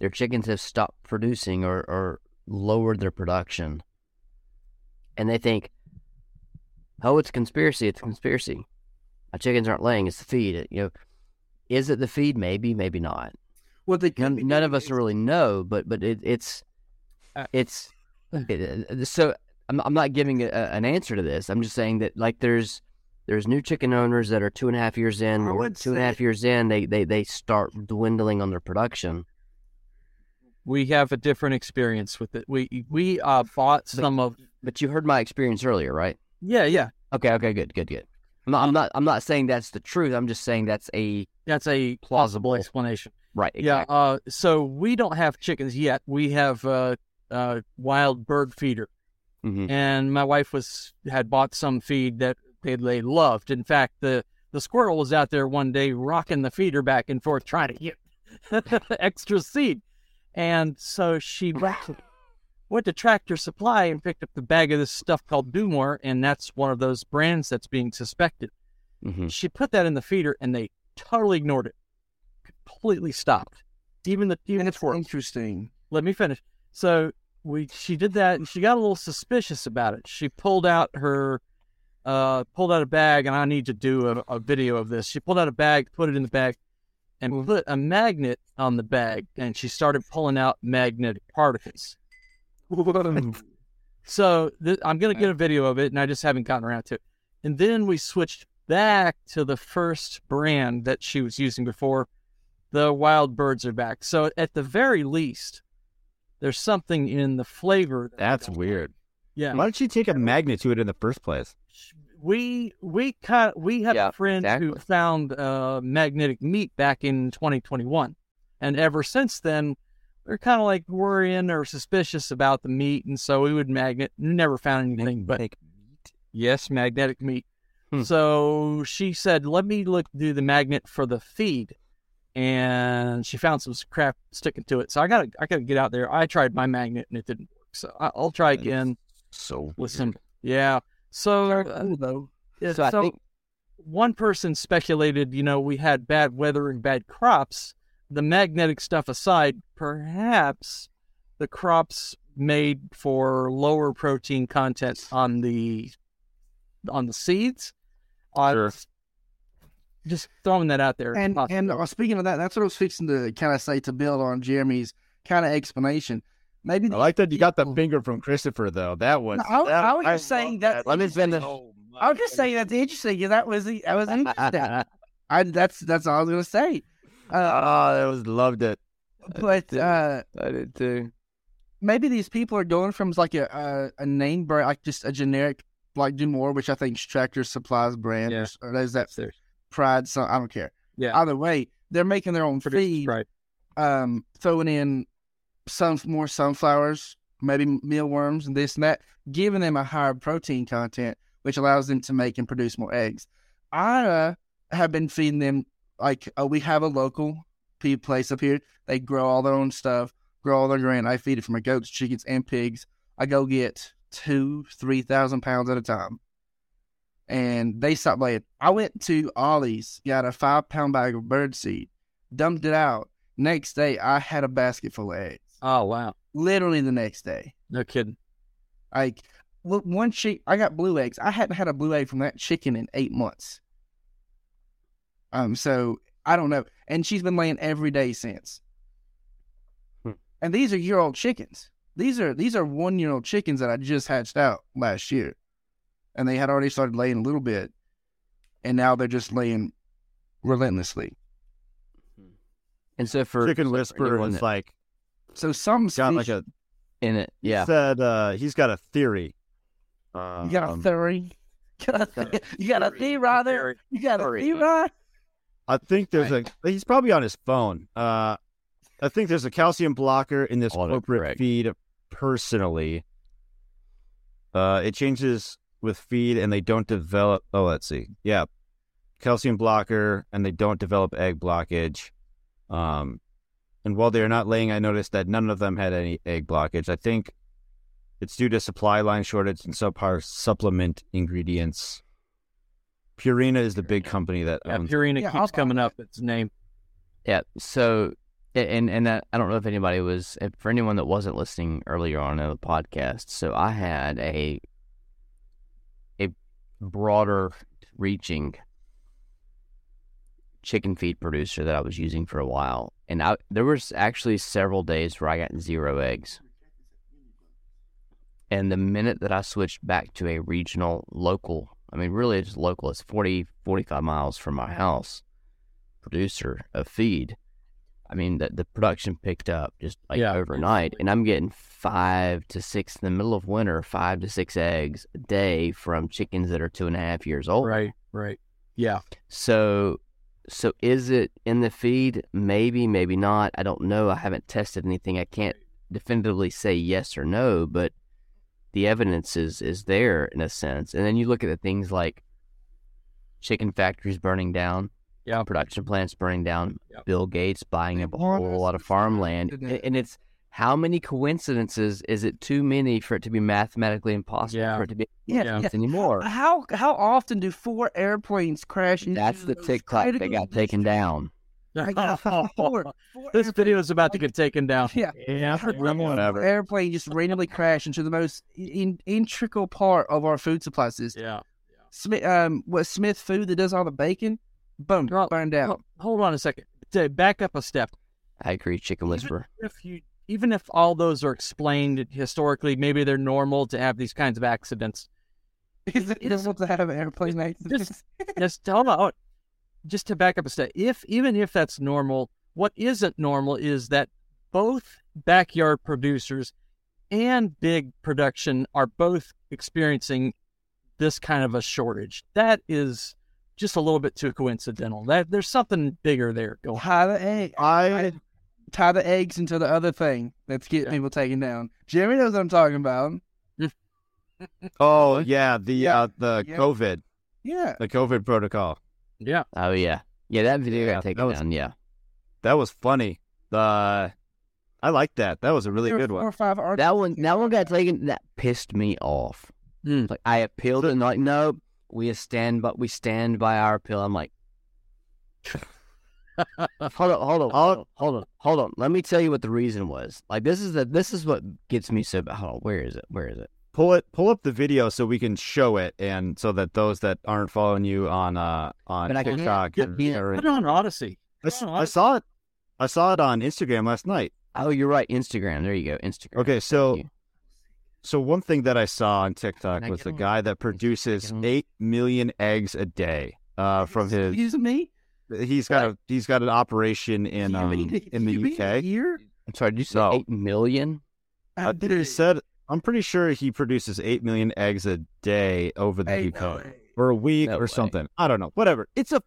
S2: Their chickens have stopped producing or or lowered their production, and they think, "Oh, it's a conspiracy! It's a conspiracy! My chickens aren't laying. It's the feed. You know, is it the feed? Maybe, maybe not."
S4: What they could be
S2: none, none
S4: doing
S2: of us
S4: is-
S2: really know, but but it, it's
S3: Uh,
S2: it's it, uh, so I'm I'm not giving a, an answer to this. I'm just saying that like there's there's new chicken owners that are two and a half years in.
S4: I
S2: or
S4: would
S2: two and a
S4: say-
S2: half years in, they, they they start dwindling on their production.
S3: We have a different experience with it. We we uh, bought some of
S2: But you heard my experience earlier, right?
S3: yeah yeah.
S2: Okay, okay, good, good, good. I'm not I'm not, I'm not saying that's the truth. I'm just saying that's a
S3: That's a plausible explanation.
S2: right.
S3: Yeah. Uh, so we don't have chickens yet. We have uh, uh, wild bird feeder,
S2: Mhm.
S3: and my wife was had bought some feed that they they loved. In fact, the the squirrel was out there one day rocking the feeder back and forth trying to get extra seed, and so she went to, went to Tractor Supply and picked up the bag of this stuff called Dumore, and that's one of those brands that's being suspected.
S2: hmm
S3: She put that in the feeder, and they totally ignored it, completely stopped. Even the even
S4: And
S3: the
S4: it's
S3: squirrel.
S4: interesting.
S3: Let me finish. So we she did that, and she got a little suspicious about it. She pulled out her uh pulled out a bag, and I need to do a, a video of this. She pulled out a bag, put it in the bag, and put a magnet on the bag, and she started pulling out magnetic particles. So th- I'm going to get a video of it, and I just haven't gotten around to it. And then we switched back to the first brand that she was using before. The wild birds are back. So at the very least, There's something in the flavor. that-
S1: That's weird.
S3: yeah.
S1: Why don't you take a magnitude in the first place?
S3: We we cut we have
S2: Yeah,
S3: friends who
S2: exactly.
S3: found uh, magnetic meat back in 2021, and ever since then, we're kind of like worrying or suspicious about the meat, and so we would magnet never found anything. But yes, magnetic meat.
S2: Hmm.
S3: So she said, "Let me look do the magnet for the feed," and she found some crap sticking to it. So I gotta I gotta get out there. I tried my magnet and it didn't work, so I, I'll try again
S6: So
S3: with some yeah. So uh,
S4: Cool though.
S3: yeah,
S2: so I think
S3: one person speculated, you know, we had bad weather and bad crops. The magnetic stuff aside, perhaps the crops made for lower protein content on the on the seeds. On,
S1: Sure.
S3: Just throwing that out there.
S4: And
S3: Possible.
S4: and uh, speaking of that, that's what I was fixing to kind of say to build on Jeremy's kind of explanation. Maybe
S1: I
S4: the-
S1: like that you got the finger from Christopher though. That was.
S4: No, I-
S1: that-
S4: I was just saying
S1: love
S4: that-
S2: let me finish.
S4: I was just saying that's interesting. 'cause That was that was interesting. I, that's that's all I was gonna say. Uh,
S1: Oh, that was loved it.
S4: but uh,
S2: I did too.
S4: maybe these people are going from like a a, a name brand, like just a generic like do more, which I think is Tractor Supplies brand
S3: Yeah.
S4: or is that
S3: Upstairs.
S4: Pride. So I don't care.
S3: Yeah.
S4: Either way, they're making their own feed.
S3: right.
S4: um, throwing in some more sunflowers, maybe mealworms and this and that, giving them a higher protein content, which allows them to make and produce more eggs. I uh, have been feeding them like uh, we have a local pea place up here. They grow all their own stuff, grow all their grain. I feed it for my goats, chickens, and pigs. I go get two, three thousand pounds at a time. And they stopped laying. I went to Ollie's, got a five pound bag of bird seed, dumped it out, Next day, I had a basket full of eggs.
S3: Oh wow.
S4: Literally the next day.
S3: No kidding.
S4: Like, look, one chick, I got blue eggs. I hadn't had a blue egg from that chicken in eight months. Um, so I don't know. And she's been laying every day since.
S1: Hmm.
S4: And these are year old chickens. These are these are one year old chickens that I just hatched out last year, and they had already started laying a little bit, and now they're just laying relentlessly.
S2: And so for
S1: Chicken
S2: so for
S1: Whisperer
S2: anyone
S1: is
S2: that-
S1: like
S4: So some
S1: got like a
S2: in it,
S1: he
S2: yeah.
S1: said uh, he's got a theory. Uh,
S4: You got a
S1: um,
S4: theory. You got a, th- you got a
S3: Theory.
S4: theory right there.
S3: Theory.
S4: You got a
S2: Theory.
S4: theory right.
S1: I think there's a. He's probably on his phone. Uh, I think there's a calcium blocker in this
S6: Autocorrect.
S1: corporate feed. Personally, uh, it changes with feed, and they don't develop. Oh, let's see. Yeah, calcium blocker, and they don't develop egg blockage. Um, and while they are not laying, I noticed that none of them had any egg blockage. I think it's due to supply line shortage and subpar supplement ingredients. Purina is the big company that
S3: Yeah,
S1: owns
S3: Purina
S4: Yeah,
S3: keeps
S4: I'll-
S3: coming up. Its name.
S2: Yeah. So, and and that I don't know if anybody was if, for anyone that wasn't listening earlier on in the podcast. So I had a a broader reaching chicken feed producer that I was using for a while, and I there was actually several days where I got zero eggs. And the minute that I switched back to a regional local, I mean, really it's local, it's 40, 45 miles from my house producer of feed. I mean, the, the production picked up just like
S3: Yeah.
S2: overnight, and I'm getting five to six in the middle of winter, five to six eggs a day from chickens that are two and a half years old.
S3: Right. Right. Yeah.
S2: So, so is it in the feed? Maybe, maybe not. I don't know. I haven't tested anything. I can't definitively say yes or no, but the evidence is is there in a sense. And then you look at the things like chicken factories burning down,
S3: Yeah.
S2: production plants burning down,
S3: Yep.
S2: Bill Gates buying up a
S4: They want
S2: whole
S4: us
S2: lot
S4: to
S2: of farmland,
S4: survive today.
S2: and it's how many coincidences is it too many for it to be mathematically impossible
S3: Yeah.
S2: for it to be
S4: Yeah,
S3: Yeah.
S4: yeah.
S2: anymore?
S4: How how often do four airplanes crash? into
S2: That's the
S4: those
S2: TikTok that
S4: critical
S2: got taken down.
S4: I got four- four
S3: this
S4: airplanes-
S3: video is about to get taken down.
S4: Yeah,
S5: Yeah,
S4: Our
S1: whatever.
S4: airplane just randomly crashed into the most in, integral part of our food supply system.
S3: Yeah.
S4: Smith, um, what Smith Food that does all the bacon? Boom,
S3: Well,
S4: burned out.
S3: Ho- Hold on a second. D- Back up a step.
S2: I agree, Chicken Whisperer.
S3: If you, even if all those are explained historically, maybe they're normal to have these kinds of accidents.
S4: Is it normal to have an airplane accident?
S3: Just- Just tell about. Just to back up a step. If even if that's normal, what isn't normal is that both backyard producers and big production are both experiencing this kind of a shortage. That is just a little bit too coincidental. That there's something bigger there going. on.
S4: Tie the egg.
S1: I
S4: Tie the eggs into the other thing that's getting people taken down. Jeremy knows what I'm talking about.
S1: oh yeah the
S4: Yeah.
S1: uh the
S4: Yeah.
S1: COVID
S4: Yeah.
S1: the COVID protocol
S3: Yeah.
S2: Oh yeah, yeah. That video
S1: Yeah,
S2: got taken
S1: that was-
S2: down. Yeah,
S1: that was funny. The I like that. That was a really
S4: There were
S1: good
S4: Four or
S1: one.
S4: five articles.
S2: that one. That one got taken. That pissed me off.
S3: Hmm.
S2: Like I appealed it, and they're like, no, we stand, but we stand by our appeal. I'm like, hold on, hold on, hold on, hold on, hold on. Let me tell you what the reason was. Like this is the this is what gets me so bad. Hold on, where is it? Where is it?
S1: Pull it pull up the video so we can show it and so that those that aren't following you on uh on
S2: But I can't-
S1: TikTok
S2: I
S1: and-
S2: can't-
S1: or-
S3: Put it on Odyssey.
S1: I,
S4: Oh,
S1: s- I saw it. I saw it on Instagram last night.
S2: Oh, you're right. Instagram. There you go. Instagram.
S1: Okay, so
S2: you.
S1: so one thing that I saw on
S2: Can
S1: TikTok
S2: I
S1: was
S2: get
S1: the
S2: on?
S1: guy that produces
S2: Can I get on?
S1: eight million eggs a day. Uh, from his,
S4: Excuse me.
S1: he's got a he's got an operation in um, in
S4: You
S1: the
S4: mean
S1: UK.
S4: Here,
S2: I'm sorry. Did you say
S1: No.
S2: eight million?
S1: I think he Uh, said I'm pretty sure he produces eight million eggs a day over the
S4: Ain't
S1: UK
S4: no way.
S1: or a week
S2: No
S1: or
S2: way.
S1: something. I don't know. Whatever. It's a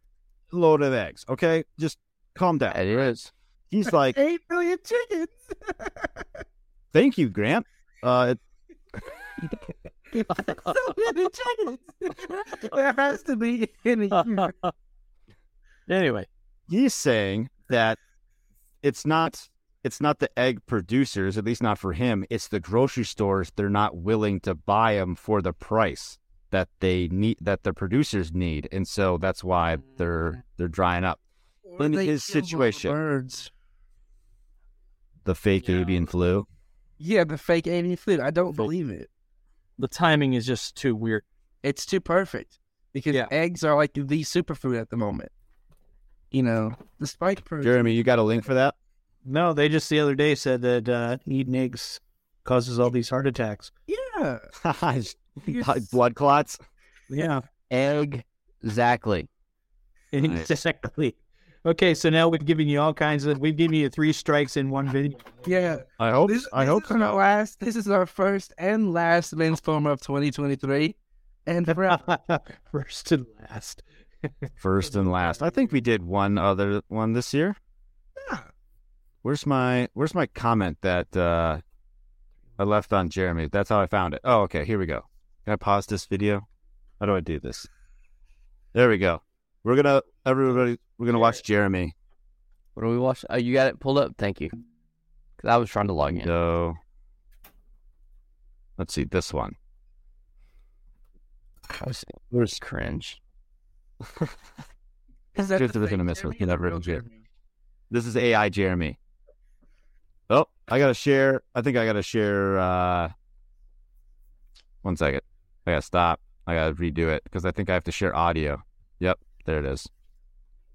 S1: load of eggs. Okay, just calm down.
S2: It is.
S1: He's like,
S4: eight million chickens.
S1: thank you, Grant. Uh, it,
S4: so many chickens. there has to be in a year.
S3: anyway,
S1: he's saying that it's not it's not the egg producers, at least not for him. It's the grocery stores. They're not willing to buy them for the price that they need that the producers need, and so that's
S3: Mm.
S1: why they're they're drying up. In
S4: They
S1: his
S4: kill all the
S1: situation.
S4: birds.
S1: The fake
S3: Yeah.
S1: avian flu.
S4: Yeah, the fake alien flu. I don't believe it.
S3: the timing is just too weird.
S4: It's too perfect because
S3: Yeah.
S4: eggs are like the superfood at the moment. You know, the spike protein.
S1: Jeremy, you got a link for that?
S5: No, they just the other day said that uh, eating eggs causes all these heart attacks.
S4: Yeah. Yes.
S1: Blood clots.
S5: Yeah,
S2: Egg. Exactly.
S5: exactly. Okay, so now we've given you all kinds of. We've given you three strikes in one video.
S4: Yeah.
S1: I hope.
S4: This,
S1: I
S4: this
S1: hope
S4: is our last. This is our first and last men's forum of 2023, and forever.
S5: First and last.
S1: first and last. I think we did one other one this year.
S4: Yeah.
S1: Where's my Where's my comment that uh, I left on Jeremy? That's how I found it. Oh, okay. Here we go. Can I pause this video? How do I do this? There we go. We're gonna everybody. We're gonna watch Jeremy
S2: What do we watch? Oh, you got it pulled up. Thank you. Because I was trying to log in.
S1: go. Let's see this one.
S2: I was- It was cringe.
S4: Is that
S1: Just
S4: the
S1: a bit
S4: fake
S1: of a miss with
S4: Jeremy or
S1: that
S4: the real
S1: ribbon chip.
S4: Jeremy?
S1: This is AI Jeremy. Oh, I gotta share. I think I gotta share. Uh, one second. I gotta stop. I gotta redo it because I think I have to share audio. Yep, there it is.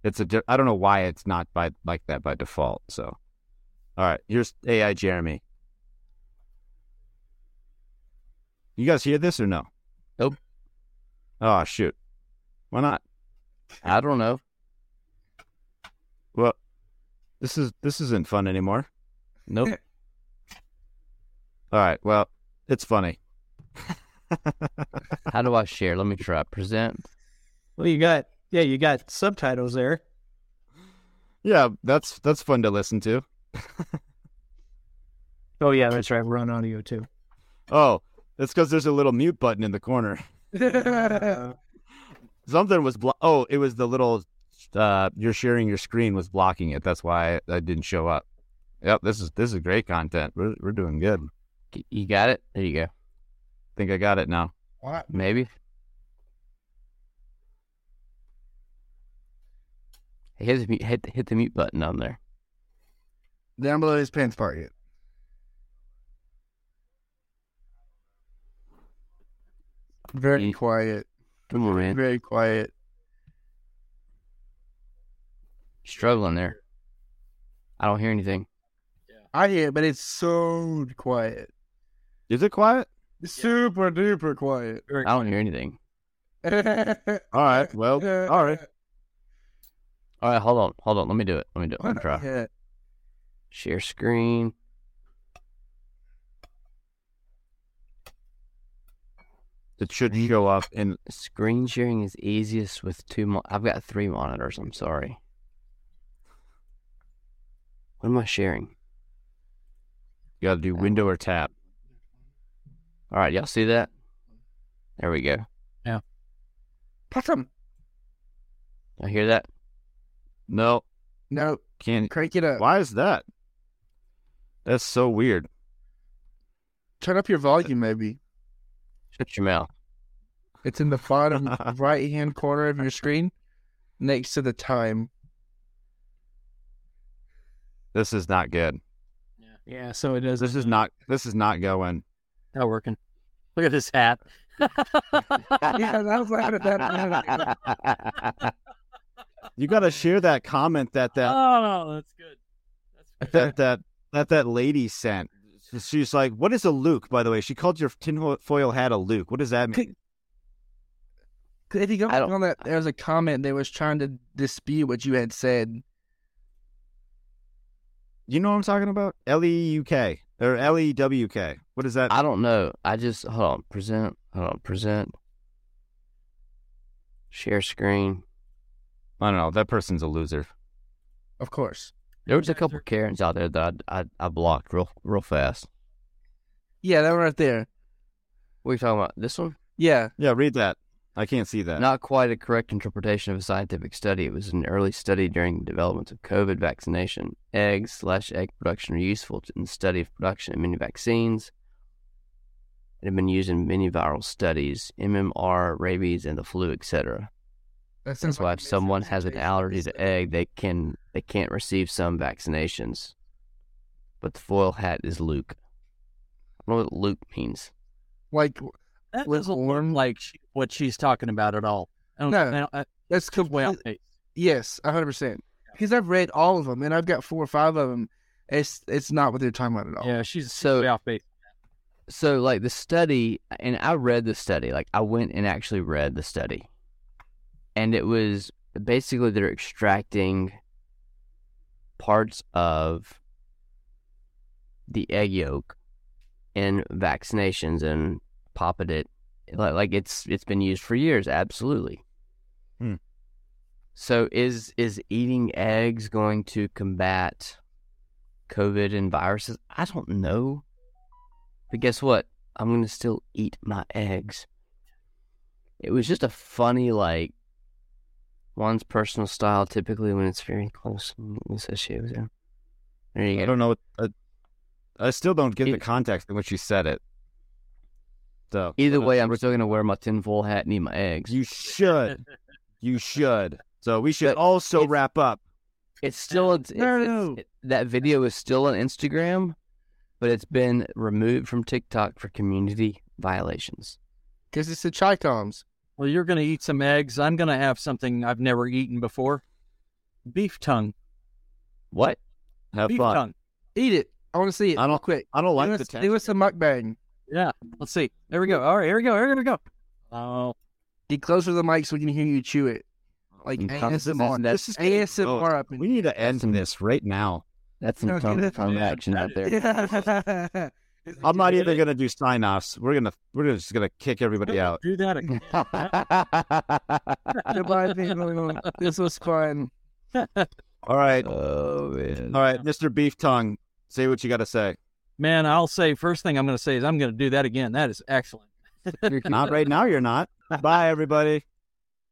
S1: It's a. di- I don't know why it's not by like that by default. So, all right, here's AI Jeremy. You guys hear this or no?
S2: Nope.
S1: Oh shoot, why not?
S2: I don't know.
S1: Well, this is this isn't fun anymore.
S2: Nope.
S1: All right, well, it's funny.
S2: How do I share? Let me try. Present.
S5: Well, you got yeah, you got subtitles there.
S1: Yeah, that's that's fun to listen to.
S5: Oh yeah, that's right. We're on audio too.
S1: Oh, that's because there's a little mute button in the corner. Something was blo- oh, it was the little uh you're sharing your screen was blocking it. That's why I, I didn't show up. Yep, this is this is great content. We're we're doing good.
S2: You got it. There you go.
S1: think I got it now.
S2: Maybe. Hey, Hit the mute, hit, hit the mute button on there.
S4: Down below his pants pocket. Very
S2: Mm.
S4: quiet.
S2: Come on, man.
S4: Very quiet.
S2: Struggling there. I don't hear anything.
S4: I hear, it, but it's so quiet.
S1: Is it quiet?
S4: Super duper quiet.
S2: I don't hear anything.
S1: All right. Well, Oh, all right.
S2: All right, hold on, hold on. Let me do it. Let me do it. Let me try.
S4: Yeah.
S2: Share screen.
S1: that should show up in
S2: Screen sharing is easiest with two. Mo- I've got three monitors. I'm sorry. What am I sharing?
S1: you gotta do window or tab.
S2: All right, y'all see that? There we go.
S4: Possum.
S2: I hear that.
S1: No,
S4: No,
S1: can't
S4: crank it up.
S1: why is that? That's so weird.
S4: Turn up your volume, maybe.
S2: Shut your mouth.
S4: It's in the bottom right hand corner of your screen next to the time.
S1: This is not good.
S3: Yeah, so it is.
S1: This is not this is not going.
S3: not working. Look at this hat.
S4: Yeah, that was loud at that.
S1: You
S2: Uh,
S1: gotta share that comment that that
S3: Oh, that's good. That's good.
S1: that that that that lady sent. She's like, "What is a Luke?" By the way, she called your tinfoil hat a Luke. What does that mean?
S4: If you go
S2: I don't-
S4: on that, there was a comment that was trying to dispute what you had said.
S1: You know what I'm talking about? L e u k or L e w k. What is that?
S2: I don't know. I just hold on. Present. Hold on. Present. Share screen.
S1: I don't know. That person's a loser.
S4: Of course.
S2: There was a couple Karens out there that I I, I blocked real real fast.
S4: Yeah, that one right there.
S2: What are you talking about? This one?
S4: Yeah.
S1: Yeah, read that. I can't see that.
S2: Not quite a correct interpretation of a scientific study. It was an early study during the development of COVID vaccination. Eggs slash egg production are useful in the study of production in many vaccines. It had been used in many viral studies, MMR, rabies, and the flu, etc.
S4: That sounds
S2: That's why
S4: like
S2: if
S4: a
S2: someone has an
S4: misrepresentation of
S2: allergy
S4: this
S2: to
S4: thing.
S2: egg, they can they can't receive some vaccinations. But the foil hat is Luke. I don't know what Luke means.
S4: Like,
S3: That
S4: With
S3: doesn't
S4: worm-
S3: look like she, what she's talking about at all. I don't,
S4: No.
S3: I don't, I,
S4: that's complete.
S3: well, hey,
S4: Yes, hundred percent. Because I've read all of them, and I've got four or five of them. It's it's not what they're talking about at all.
S3: yeah, she's
S2: So-
S3: so off base.
S2: So like the study and I read the study. Like I went and actually read the study. And it was basically they're extracting parts of the egg yolk in vaccinations and popping it like, like it's it's been used for years absolutely
S1: Hmm.
S2: so is is eating eggs going to combat covid and viruses i don't know but guess what i'm going to still eat my eggs it was just a funny like one's personal style typically when it's very close and it's associated with it. there you
S1: I
S2: go
S1: don't know. What, I, I still don't get the
S2: It-
S1: context in which she said it. So uh,
S2: either way i'm still going to wear my tinfoil hat and eat my eggs
S1: you should, you should. So we should
S2: But
S1: also
S2: it's-
S1: wrap up.
S2: It's still it's,
S4: No,
S2: it's-
S4: no.
S2: it's- that video is still on Instagram, but it's been removed from TikTok for community violations.
S4: Because it's the Chicoms.
S3: Well, you're going to eat some eggs. I'm going to have something I've never eaten before beef tongue.
S2: What?
S1: Have
S3: beef
S1: fun.
S3: tongue.
S4: Eat it. I want to see it.
S1: I don't-
S4: quick.
S1: I don't like
S4: do
S1: the
S4: us, do us a mukbang.
S3: Yeah, let's see. There we go. All right, here we go. Here we go. Oh,
S4: Get closer to the mic so we can hear you chew it. Like
S2: Mm, this is-
S4: ASMR.
S1: this is getting
S4: ASMR up.
S1: We need to end
S2: Some-
S1: this right now.
S2: That's some
S4: No,
S2: tongue,
S4: get it.
S2: tongue action out there.
S4: in-
S1: I'm not even gonna do sign offs. We're gonna we're gonna- just gonna kick everybody out.
S3: do that again.
S4: Goodbye, people. This was fun.
S1: All right, all
S2: oh man.
S1: right, Mr. Beef Tongue, say what you gotta say.
S3: Man, I'll say first thing I'm going to say is I'm going to do that again. That is excellent.
S1: Not right now. You're not. Bye, everybody.